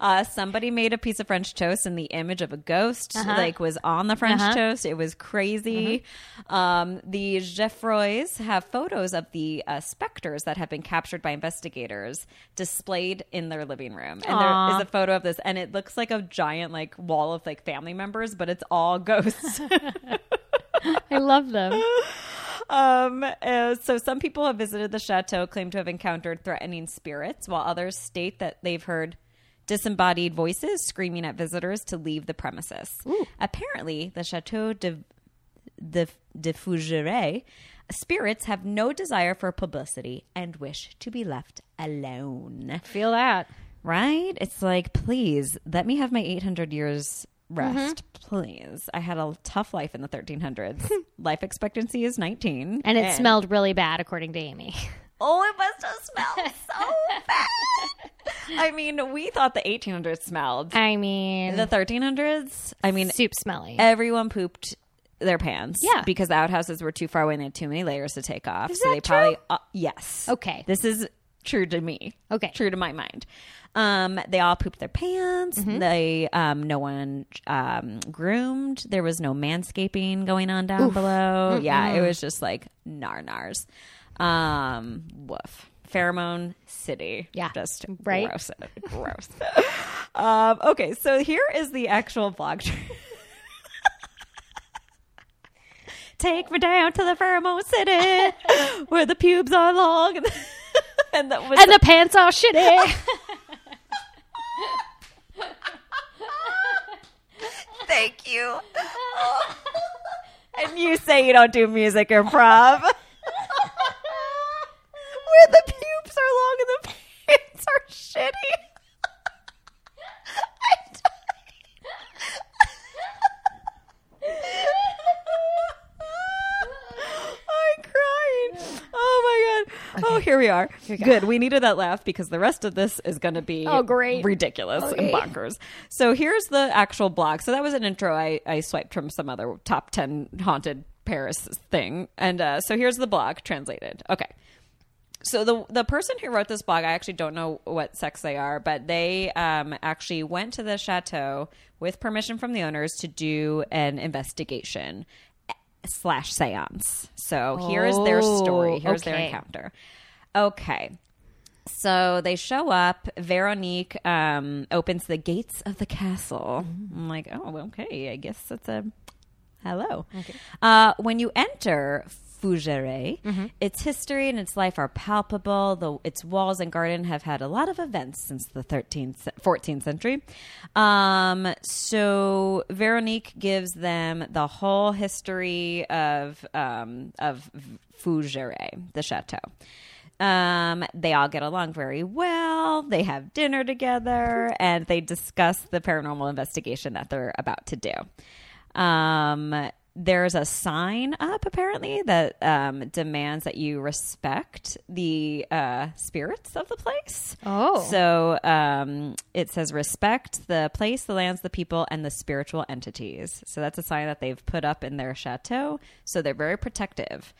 Uh, somebody made a piece of French toast, and the image of a ghost like was on the French toast. It was crazy. Um, the Geoffroys have photos of the uh, specters that have been captured by investigators displayed in their living room, and there is a photo of this, and it looks like a giant like wall of like family members, but it's all ghosts. I love them. Um, uh, so some people have visited the chateau, claim to have encountered threatening spirits, while others state that they've heard disembodied voices screaming at visitors to leave the premises. Apparently, the chateau de de, de Fougere, spirits have no desire for publicity and wish to be left alone. Feel that. Right? It's like, please let me have my 800 years rest, please. I had a tough life in the 1300s. life expectancy is 19. And it smelled really bad, according to Amy. Oh, it must have smelled so bad. I mean, we thought the 1800s smelled. I mean, The Uh, 1300s, I mean, soup smelling. everyone pooped their pants. Yeah. Because the outhouses were too far away and they had too many layers to take off. Is so that they true? probably uh, yes. Okay. This is true to me. Okay. True to my mind. Um, they all pooped their pants. Mm-hmm. They um, no one um, groomed. There was no manscaping going on down below. Yeah, it was just like nar nars. Um, woof. Pheromone city. Yeah. Just Right? gross. Gross. um, okay, so here is the actual vlog. Take me down to the pheromone city where the pubes are long. and that was and the pants are shitty. Thank you. and you say you don't do music improv. Where the pubes are long and the pants are shitty. I died. I'm crying. Oh my god. Oh, here we are. Good. We needed that laugh because the rest of this is going to be Oh, great. ridiculous and bonkers. So here's the actual blog. So that was an intro I, I swiped from some other top 10 haunted Paris thing. And uh, so here's the blog translated. Okay. So the the person who wrote this blog, I actually don't know what sex they are, but they um, actually went to the chateau with permission from the owners to do an investigation eh, slash seance. So here is their story. Oh, Here's their okay. encounter. Okay. So they show up. Veronique um, opens the gates of the castle. Mm. I'm like, oh, okay. I guess that's a hello. Uh, when you enter Fougere, its history and its life are palpable. Though its walls and garden have had a lot of events since the 13th, 14th century. Um, so Veronique gives them the whole history of um, of Fougere, the chateau. Um, they all get along very well. They have dinner together and they discuss the paranormal investigation that they're about to do. Um, there's a sign up apparently that um, demands that you respect the uh, spirits of the place. Oh. So um, it says respect the place, the lands, the people, and the spiritual entities. So that's a sign that they've put up in their chateau. So they're very protective.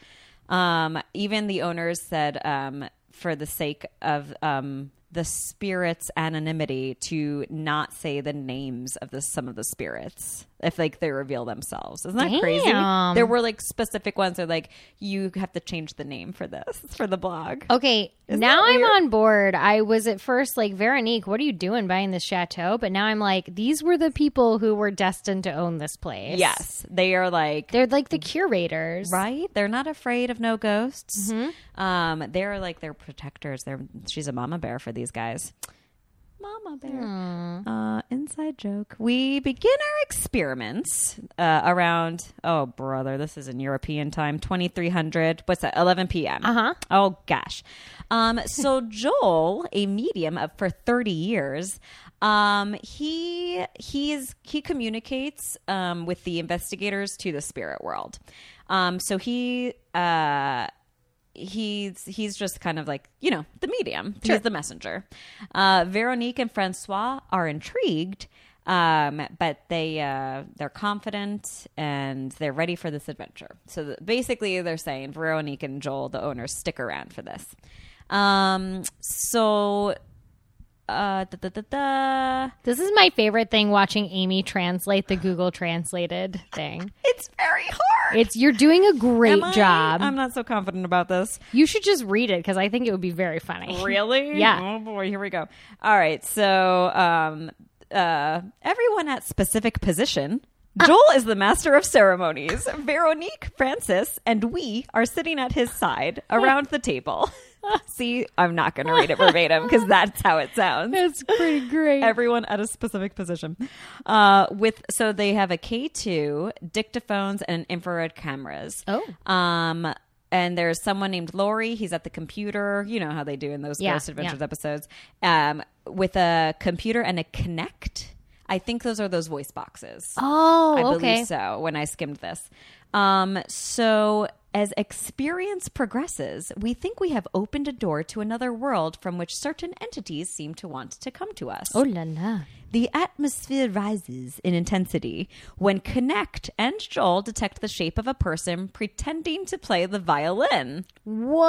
Um, even the owners said, um, for the sake of um, the spirits' anonymity, to not say the names of the some of the spirits if like they reveal themselves. Isn't that crazy? Damn. There were like specific ones. They're like, you have to change the name for this for the blog. Okay, now I'm on board. I was at first like, Veronique, what are you doing buying this chateau? But now I'm like, these were the people who were destined to own this place. Yes, they are like They're like the curators. Right? They're not afraid of no ghosts. Um, they're like their protectors. They're she's a mama bear for these guys. Mama bear. Uh, inside joke. We begin our experiments uh, around oh brother, this is in European time, twenty three hundred. What's that? Eleven p.m. Uh huh. Oh gosh. Um, so Joel, a medium of for thirty years, um, he he is he communicates um, with the investigators to the spirit world. Um, so he uh he's he's just kind of like you know the medium he's the messenger uh veronique and francois are intrigued um but they uh they're confident and they're ready for this adventure so th- basically they're saying veronique and joel the owners stick around for this um so uh da, da, da, da. This is my favorite thing watching Amy translate the Google translated thing. it's very hard It's you're doing a great Am I- job. i'm not so confident about this you should just read it because I think it would be very funny. Really? Yeah. Oh boy, here we go. All right. So, um, uh, everyone at specific position. Joel is the master of ceremonies. Veronique, Francis, and we are sitting at his side around the table. See, I'm not going to read it verbatim because that's how it sounds That's pretty great. everyone at a specific position. Uh, with so they have a K two dictaphones and infrared cameras. Oh. um, and there's someone named Lori. He's at the computer. You know how they do in those Yeah, Ghost Adventures yeah. episodes. Um, with a computer and a Connect. I think those are those voice boxes. oh, I okay. believe so when I skimmed this. Um, so As experience progresses, we think we have opened a door to another world from which certain entities seem to want to come to us. Oh la la. The atmosphere rises in intensity when Connect and Joel detect the shape of a person pretending to play the violin. What?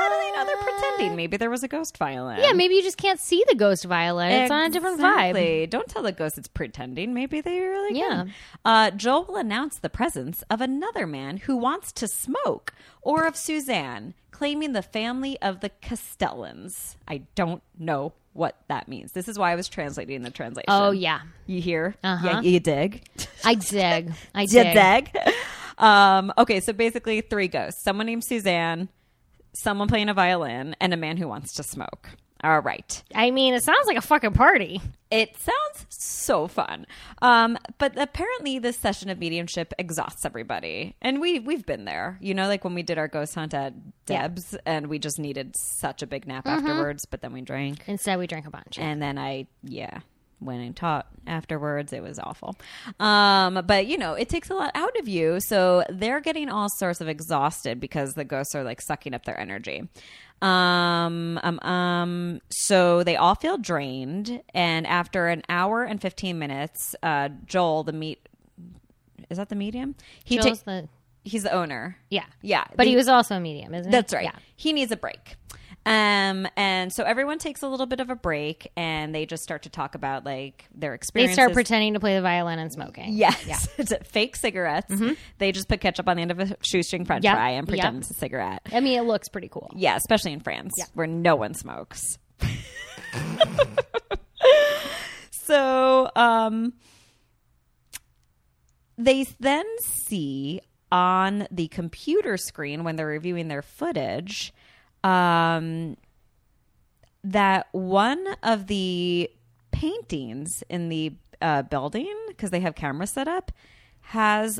How do they know they're pretending? Maybe there was a ghost violin. Yeah, maybe you just can't see the ghost violin. It's on a different vibe. Exactly. Don't tell the ghost it's pretending. Maybe they really Yeah. can. Uh, Joel will announce the presence of another man who wants to smoke, or of Suzanne, claiming the family of the Castellans. I don't know what that means. This is why I was translating the translation. Oh yeah, You hear? Uh-huh. Yeah, you dig. I dig. I You dig. dig. Um, okay, so basically three ghosts. Someone named Suzanne, someone playing a violin, and a man who wants to smoke. All right. I mean, it sounds like a fucking party. It sounds so fun. Um, but apparently this session of mediumship exhausts everybody. And we we've been there. You know, like when we did our ghost hunt at Deb's and we just needed such a big nap afterwards, but then we drank. Instead, we drank a bunch. And then I, yeah, went and taught afterwards. It was awful. Um, but, you know, it takes a lot out of you. So they're getting all sorts of exhausted because the ghosts are like sucking up their energy. Um, um, um, so they all feel drained. And after an hour and 15 minutes, uh, Joel, the meat, is that the medium? He ta- Joel's the he's the owner. yeah, Yeah. but the- he was also a medium, isn't he? that's right. Yeah. He needs a break. Um, and so everyone takes a little bit of a break and they just start to talk about like their They experiences. start pretending to play the violin and smoking. Yes. Fake cigarettes. They just put ketchup on the end of a shoestring french Mm-hmm. Yep. fry and pretend Yep. it's a cigarette. I mean, it looks pretty cool. Yeah, especially in France where no one smokes. so um, they then see on the computer screen when they're reviewing their footage um, that one of the paintings in the uh, building, because they have cameras set up, has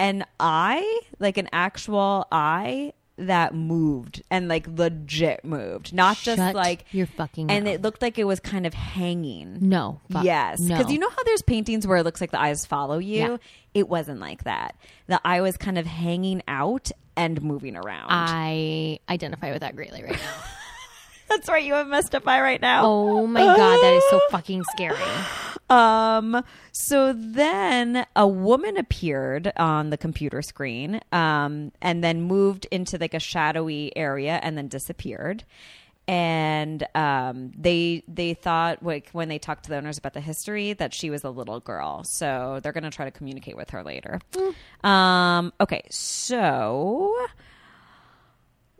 an eye, like an actual eye that moved and like legit moved, not just Shut like your fucking And mouth. it looked like it was kind of hanging. No. Fuck. Yes, No. because you know how there's paintings where it looks like the eyes follow you. Yeah. It wasn't like that. The eye was kind of hanging out and moving around. Ah. I identify with that greatly right now. That's right. You have messed up eye right now. Oh my god, that is so fucking scary. Um, so then a woman appeared on the computer screen, um, and then moved into like a shadowy area and then disappeared. And um, they they thought like when they talked to the owners about the history that she was a little girl, so they're gonna try to communicate with her later. Um, okay, so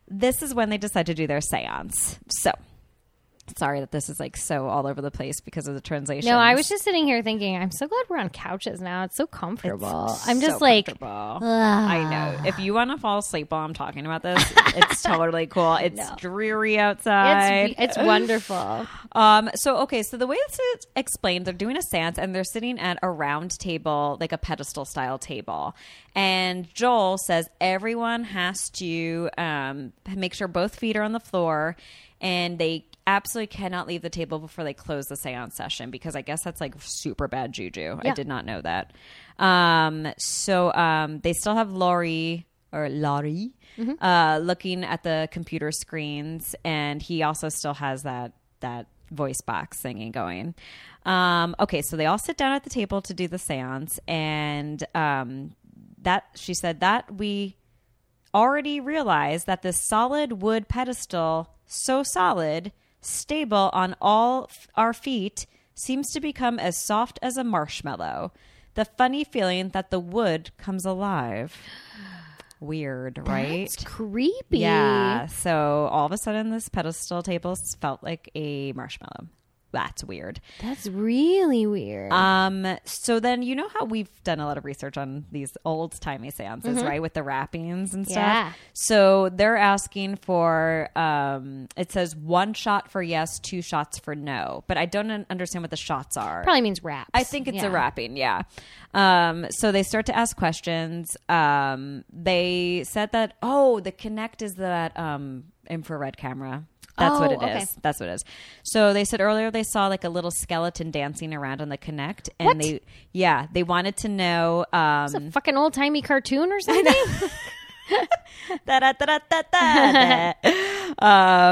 this is when they decide to do their seance. So. Sorry that this is like so all over the place because of the translation. No, I was just sitting here thinking, I'm so glad we're on couches now. It's so comfortable. I'm just so like, comfortable. I know. If you want to fall asleep while I'm talking about this, it's totally cool. It's dreary outside. it's, it's wonderful. um. So okay. So the way this is explained, they're doing a seance and they're sitting at a round table, like a pedestal style table. And Joel says everyone has to um make sure both feet are on the floor, and they absolutely cannot leave the table before they close the seance session because I guess that's like super bad juju. I Yeah. did not know that. Um, so um, they still have Laurie or Laurie uh, looking at the computer screens, and he also still has that that voice box singing going. Um, okay, so they all sit down at the table to do the seance, and um, that she said that we already realized that this solid wood pedestal, so solid, stable on all f- our feet, seems to become as soft as a marshmallow. The funny feeling that the wood comes alive. Weird, right? It's creepy. Yeah. So all of a sudden, this pedestal table s- felt like a marshmallow. That's weird. That's really weird. Um, so then you know how we've done a lot of research on these old timey seances, right? With the wrappings and stuff. Yeah. So they're asking for um it says one shot for yes, two shots for no. But I don't un- understand what the shots are. Probably means rap. I think it's a wrapping, yeah. Um, so they start to ask questions. Um, they said that oh, the Kinect is that um, infrared camera. That's what Oh, it is. okay. That's what it is. So they said earlier they saw like a little skeleton dancing around on the Kinect, and What? they yeah they wanted to know. Um, Mm. It's a fucking old timey cartoon or something. Da-da-da-da-da-da.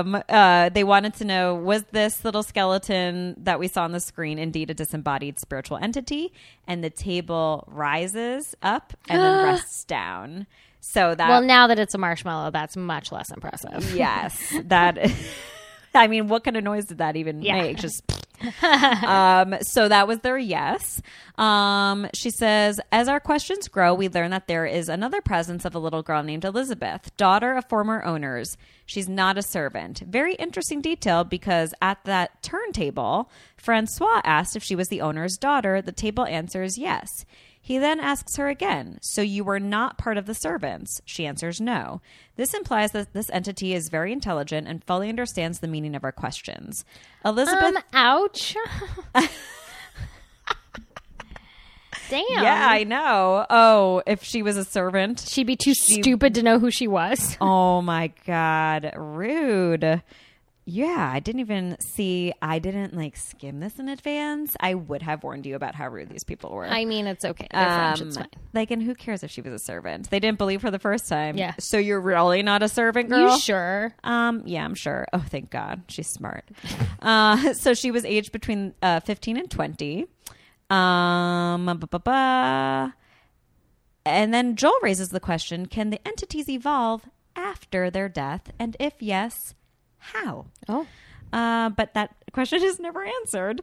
um, uh, they wanted to know was this little skeleton that we saw on the screen indeed a disembodied spiritual entity? And the table rises up and then rests down. So that Well, now that it's a marshmallow, that's much less impressive. yes, that. I mean, what kind of noise did that even Yeah. make? Just. um, so that was their yes. Um, she says, as our questions grow, we learn that there is another presence of a little girl named Elizabeth, daughter of former owners. She's not a servant. Very interesting detail because at that turntable, Francois asked if she was the owner's daughter. The table answers yes. He then asks her again, So you were not part of the servants? She answers no. This implies that this entity is very intelligent and fully understands the meaning of our questions. Elizabeth Um, ouch. Damn. Yeah, I know. Oh, if she was a servant. She'd be too stupid to know who she was. Oh my god, rude. Yeah, I didn't even see. I didn't like skim this in advance. I would have warned you about how rude these people were. I mean, it's okay. They're French. It's Um, fine. Like, and who cares if she was a servant? They didn't believe her the first time. Yeah. So you're really not a servant girl? You sure? Um, yeah, I'm sure. Oh, thank God. She's smart. uh, so she was aged between uh, 15 and 20. Um, ba, ba, ba. And then Joel raises the question can the entities evolve after their death? And if yes, how? Oh. Uh, but that question is never answered.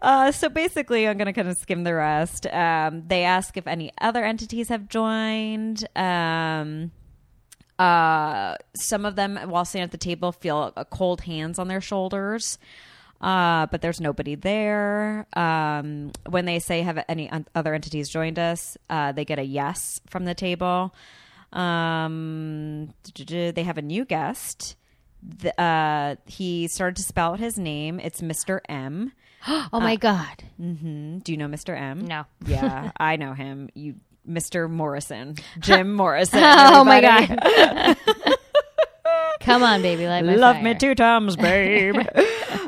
Uh, so basically, I'm going to kind of skim the rest. Um, they ask if any other entities have joined. Um, uh, some of them, while sitting at the table, feel uh, cold hands on their shoulders. Uh, but there's nobody there. Um, when they say, "Have any un- other entities joined us?" Uh, they get a yes from the table. Um, they have a new guest. The, uh, he started to spell out his name. It's Mr. M. Oh my God. Mm, Do you know Mr. M? No. yeah, I know him. You, Mr. Morrison, Jim Morrison. Oh my everybody. God. Come on, baby. Light my Love fire. me two times, babe.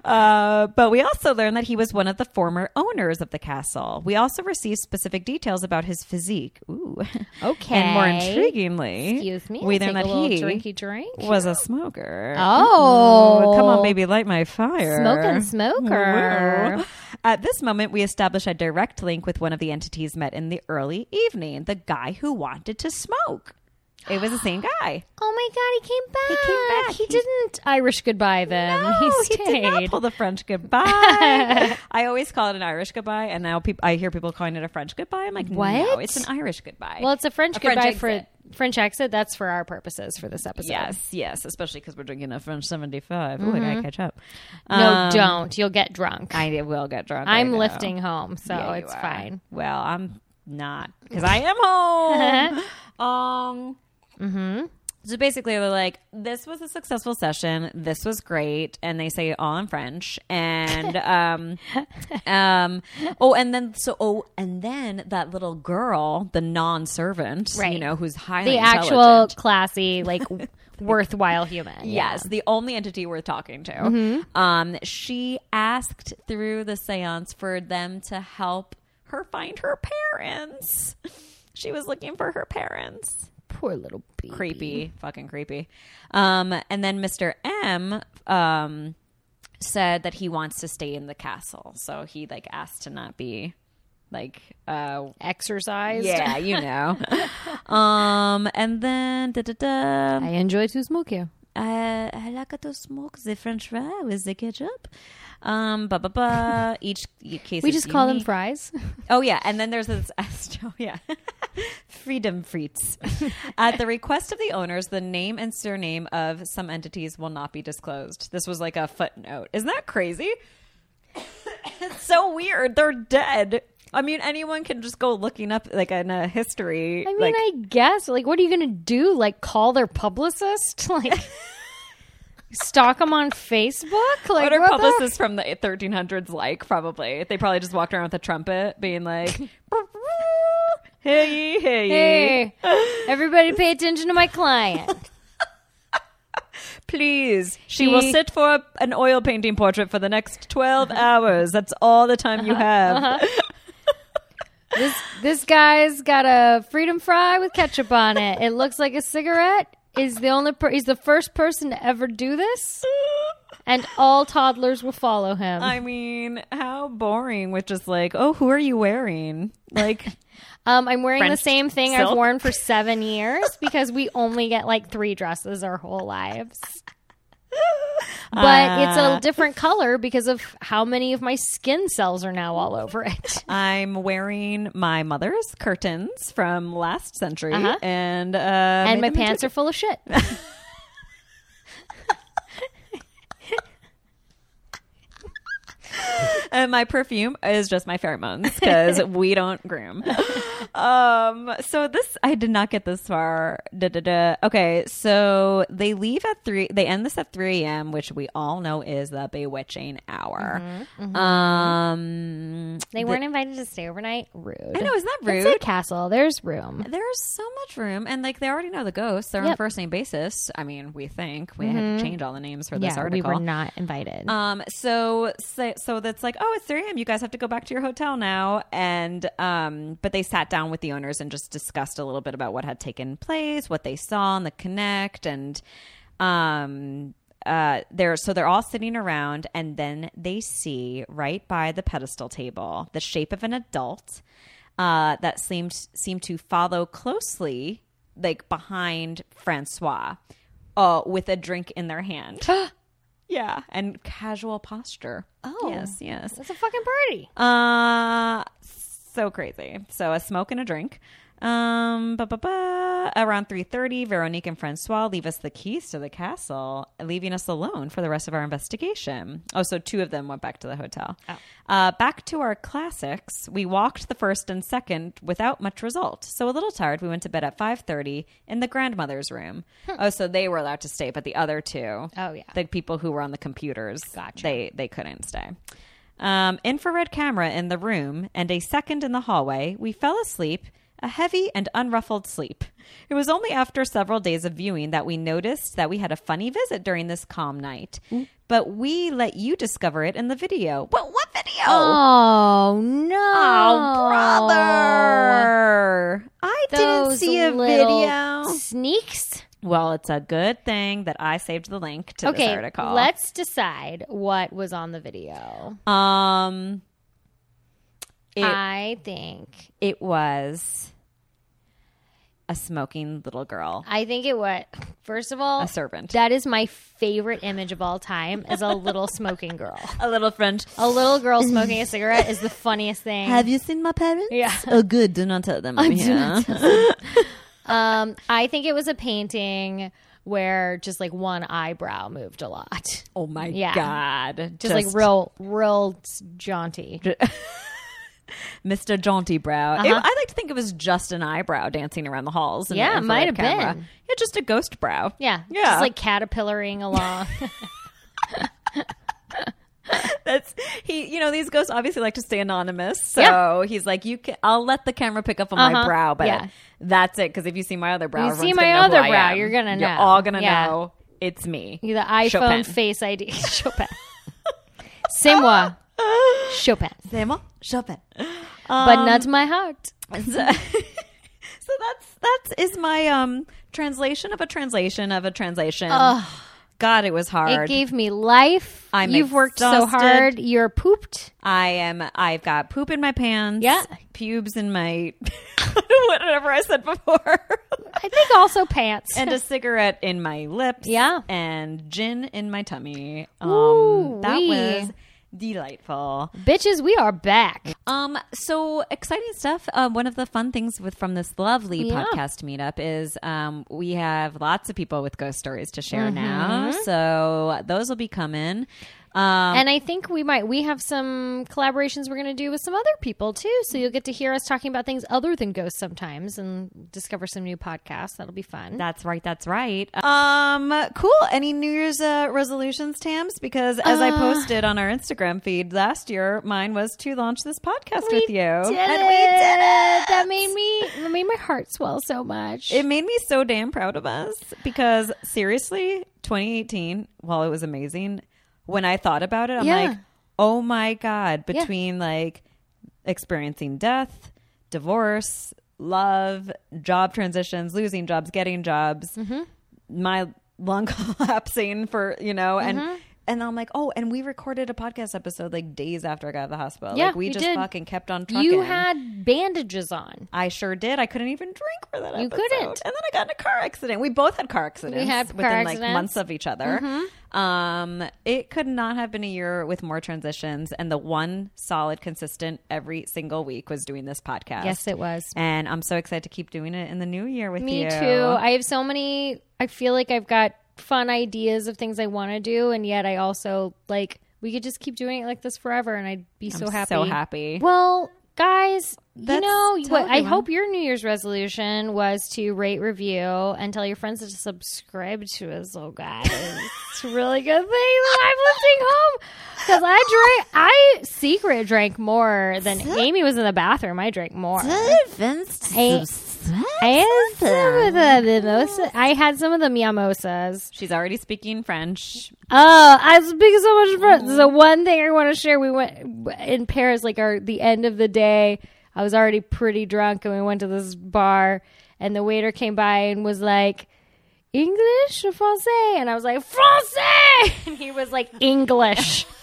uh, but we also learned that he was one of the former owners of the castle. We also received specific details about his physique. Ooh. Okay. And more intriguingly, Excuse me. we I'll learned take that a little he drinky drink. was a smoker. Oh. Ooh, come on, baby, light my fire. Smokin' smoker. Ooh. At this moment, we established a direct link with one of the entities met in the early evening, the guy who wanted to smoke. It was the same guy. Oh my God. He came back. He came back. He, He- didn't Irish goodbye them. No, Oh, he he stayed. did not pull the French goodbye. I always call it an Irish goodbye, and now peop I hear people calling it a French goodbye. I'm like, no, What? it's an Irish goodbye. well, it's a French A French goodbye exit. for French exit. That's for our purposes for this episode. yes, yes, especially because we're drinking a French 75. Ooh, I gotta catch up. Mm-hmm. No, Um, don't. You'll get drunk. I will get drunk. I I'm know. lifting home, so Yeah, you it's are. fine. Well, I'm not because I am home. um. So basically, they're like, "This was a successful session. This was great," and they say it all in French. And um, um, oh, and then so oh, and then that little girl, the non-servant, you Right. know, who's highly The actual intelligent. classy, like worthwhile human. Yes, the only entity worth talking to. Um, she asked through the seance for them to help her find her parents. She was looking for her parents. Poor little bee. Creepy, fucking creepy. Um, and then Mr. M um, said that he wants to stay in the castle. So he like asked to not be like uh Exercised. yeah, you know. um and then da da da I enjoy to smoke you. uh, I like to smoke the French fry with the ketchup. Um, ba ba ba. Each case We is just call them unique. fries. Oh yeah, and then there's this. Oh yeah, freedom frites. At the request of the owners, the name and surname of some entities will not be disclosed. This was like a footnote. Isn't that crazy? it's so weird. They're dead. I mean, anyone can just go looking up like in a history. I mean, like, I guess. Like, what are you going to do? Like, call their publicist? Like, stalk them on Facebook? Like, What are the- publicists from the 1300s like? Probably they probably just walked around with a trumpet, being like, "Hey, ye, hey, hey, Hey, everybody pay attention to my client. please." She will sit for an oil painting Uh-huh, portrait for the next 12 hours. That's all the time you have. This this guy's got a freedom fry with ketchup on it. It looks like a cigarette. Is the only per- he's the first person to ever do this, and all toddlers will follow him. I mean, how boring with just like, oh, who are you wearing? Like, Um, I'm wearing French the same thing I've silk. worn for seven years because we only get like three dresses our whole lives. But it's Uh, a different color because of how many of my skin cells are now all over it. I'm wearing my mother's curtains from last century, Uh-huh. and uh, and my made them pants are full of shit. into- and Uh, my perfume is just my pheromones because we don't groom. um, so this I did not get this far. Da, da, da. Okay, so they leave at three. They end this at three a.m., which we all know is the bewitching hour. Mm-hmm, Um, They weren't invited to stay overnight. Rude. I know, isn't that It's rude? a castle. There's room. There's so much room, and like they already know the ghosts. They're on Yep. Mm-hmm. first name basis. I mean, we think we had to change all the names for this Yeah, we article. were not invited. um, so, so so that's like, oh, it's 3 a.m. You guys have to go back to your hotel now. And um, but they sat down with the owners and just discussed a little bit about what had taken place, what they saw on the connect, and um, uh, they're so they're all sitting around, and then they see right by the pedestal table the shape of an adult uh, that seemed seemed to follow closely, like behind Francois, uh, with a drink in their hand. yeah, and casual posture. Oh. yes, yes. it's a fucking party. Uh, so crazy. So a smoke and a drink. Um, ba ba ba. Around three thirty, Veronique and Francois leave us the keys to the castle, leaving us alone for the rest of our investigation. Oh, so two of them went back to the hotel. Oh. Uh, back to our classics. We walked the first and second without much result. So a little tired, we went to bed at five thirty in the grandmother's room. Oh, so they were allowed to stay, but the other two Hmm. Oh, yeah. the people who were on the computers they they couldn't stay um, infrared camera in the room and a second in the hallway we fell asleep a heavy and unruffled sleep it was only after several days of viewing that we noticed that we had a funny visit during this calm night Mm. but we let you discover it in the video what what video Oh no, Oh, brother i didn't Those see a little video Sneaks. well it's a good thing that i saved the link to this Okay, article let's decide what was on the video. um it- I think It was a smoking little girl, I think it was first of all a servant, that is my favorite image of all time is a little smoking girl. a little French. A little girl smoking a cigarette is the funniest thing. you seen my parents? Yeah. Oh, good. Do not tell them. I'm here. Um, I think it was a painting where just like one eyebrow moved a lot. Oh my Yeah. god! Just, like real real jaunty. Mr. Jaunty Brow. It- I like to think it was just an eyebrow dancing around the halls. in the Uh-huh. Yeah, it might infrared have camera. been. Yeah, just a ghost brow. Yeah. Yeah. Just like caterpillaring along. That's he. You know, these ghosts obviously like to stay anonymous. So he's like, you. Can, I'll let the camera pick up on my Uh-huh. brow, but Yeah. that's it. Because if you see my other brow, You see everyone's my gonna know who other I brow, am. you're gonna You're know. all gonna Yeah. know it's me. the iPhone Chopin. Face ID. Chopin. C'est moi. Chopin. Demo Chopin. but Um, not my heart. so so that's that's is my um translation of a translation of a translation. God, it was It hard. gave me life. I'm You've worked so exhausted. hard. You're pooped. I am. I've got poop in my pants. Yeah. pubes in my whatever I said before, I think also pants. and uh, a cigarette in my lips. Yeah. and gin in my tummy. Um, that Ooh-wee. was delightful. Bitches, we are back. Um, so exciting stuff. Um, one of the fun things with from this lovely Yeah. podcast meetup is um, we have lots of people with ghost stories to share now. Mm-hmm. So those will be coming. Um, And I think we might we have some collaborations we're going to do with some other people too, so you'll get to hear us talking about things other than ghosts sometimes and discover some new podcasts. That'll be fun. that's right. That's right. Um, cool. Any New Year's uh, resolutions, Tams? Because as I posted on our Instagram feed last year, mine was to launch this podcast with you, and Oh, Did we did it. it. That made me that made my heart swell so much. It made me so damn proud of us because seriously, 2018, while it was amazing, when I thought about it, I'm Yeah. like, oh my God, Yeah. between like experiencing death, divorce, love, job transitions, losing jobs, getting jobs, Mm-hmm. my lung collapsing for, you know, and Mm-hmm. and I'm like, oh, and we recorded a podcast episode like days after I got out of the hospital. Yeah, like we you just did. fucking kept on trucking. You had bandages on. I sure did. I couldn't even drink for that. You episode. couldn't. And then I got in a car accident. We both had car accidents. had within car like accidents. Mm-hmm. months of each other. Um, it could not have been a year with more transitions. And the one solid, consistent every single week was doing this podcast. Yes, it was. And I'm so excited to keep doing it in the new year with Me you. too. I have so many. I feel like I've got fun ideas of things I want to do, and yet I also like we could just keep doing it like this forever, and I'd be so happy. So happy. Well, guys, That's- you know tell what? I everyone. hope your New Year's resolution was to rate, review, and tell your friends to subscribe to us. Oh, guys, it's a really good thing that I'm lifting home because I drank. I secret drank more than Amy was in the bathroom. I drank more. I- I had some of the mimosa. I had some of the mimosas. She's already speaking French. Oh, I was speaking so much French. So one thing I want to share, we went in Paris, like our the end of the day. I was already pretty drunk, and we went to this bar, and the waiter came by and was like, "English or français?" And I was like, "Français," and he was like, "English."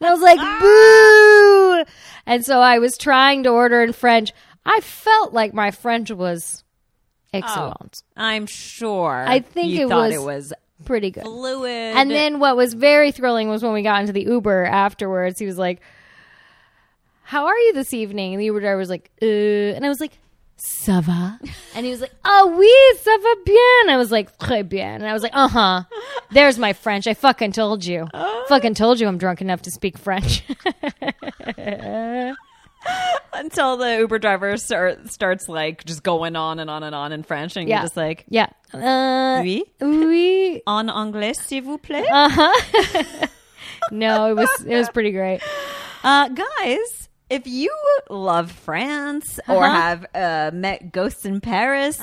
And I was like, boo! And so I was trying to order in French. I felt like my French was excellent. I'm sure. I think you it thought was- it was Pretty good. fluid. And then what was very thrilling was when we got into the Uber afterwards, he was like, How are you this evening? And the Uber driver was like, uh, and I was like, Ça va? And he was like, Oh, oui, ça va bien. I was like, Très bien. And I was like, Uh huh. There's my French. I fucking told you. fucking told you I'm drunk enough to speak French. until the Uber driver start, starts like just going on and on and on in French, and Yeah. you're just like, yeah. Uh, oui, oui. en anglais, s'il vous plaît. Uh-huh. No, it was it was pretty great. Uh, guys, if you love France or Uh-huh. have uh, met ghosts in Paris,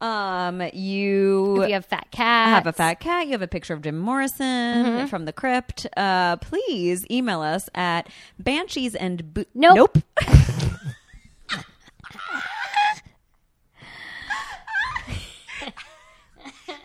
um, you, If you Mm-hmm. have fat cat. have a fat cat, you have a picture of Jim Morrison from the crypt, uh, please email us at banshees and bo- Nope.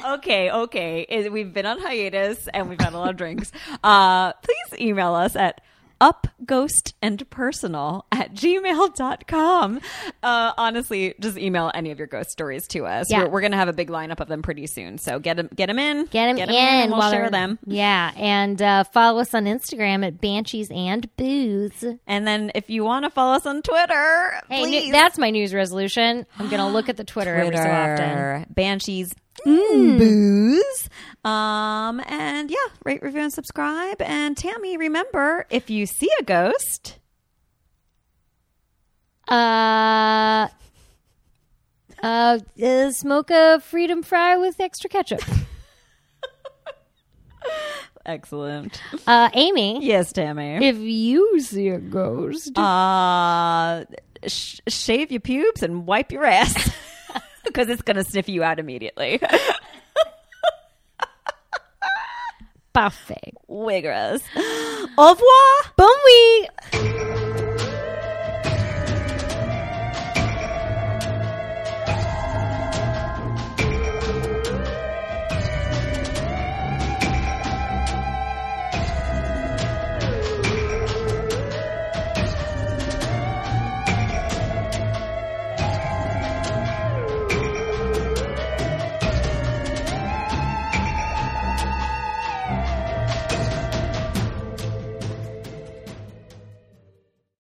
Okay, okay. It- We've been on hiatus and we've had a lot of drinks. Uh, please email us at upghostandpersonal at gmail.com. Uh, honestly, just email any of your ghost stories to us. Yeah. We're, we're going to have a big lineup of them pretty soon. So get them, get them in. Get them, in. and We'll while share they're- them. Yeah, and uh, follow us on Instagram at Banshees and Booze. And then if you want to follow us on Twitter, Hey, please. new, that's my news resolution. I'm gonna look at the Twitter, every so often. Twitter, Banshees, mm. booze. Um, and yeah, rate, review, and subscribe. And Tammy, remember if you see a ghost, Uh, uh, uh, smoke a freedom fry with extra ketchup. excellent. Uh, Amy, Yes, Tammy. if you see a ghost, Uh, sh- shave your pubes and wipe your ass because it's gonna sniff you out immediately. buffet. Wigros. Au revoir. Bon week.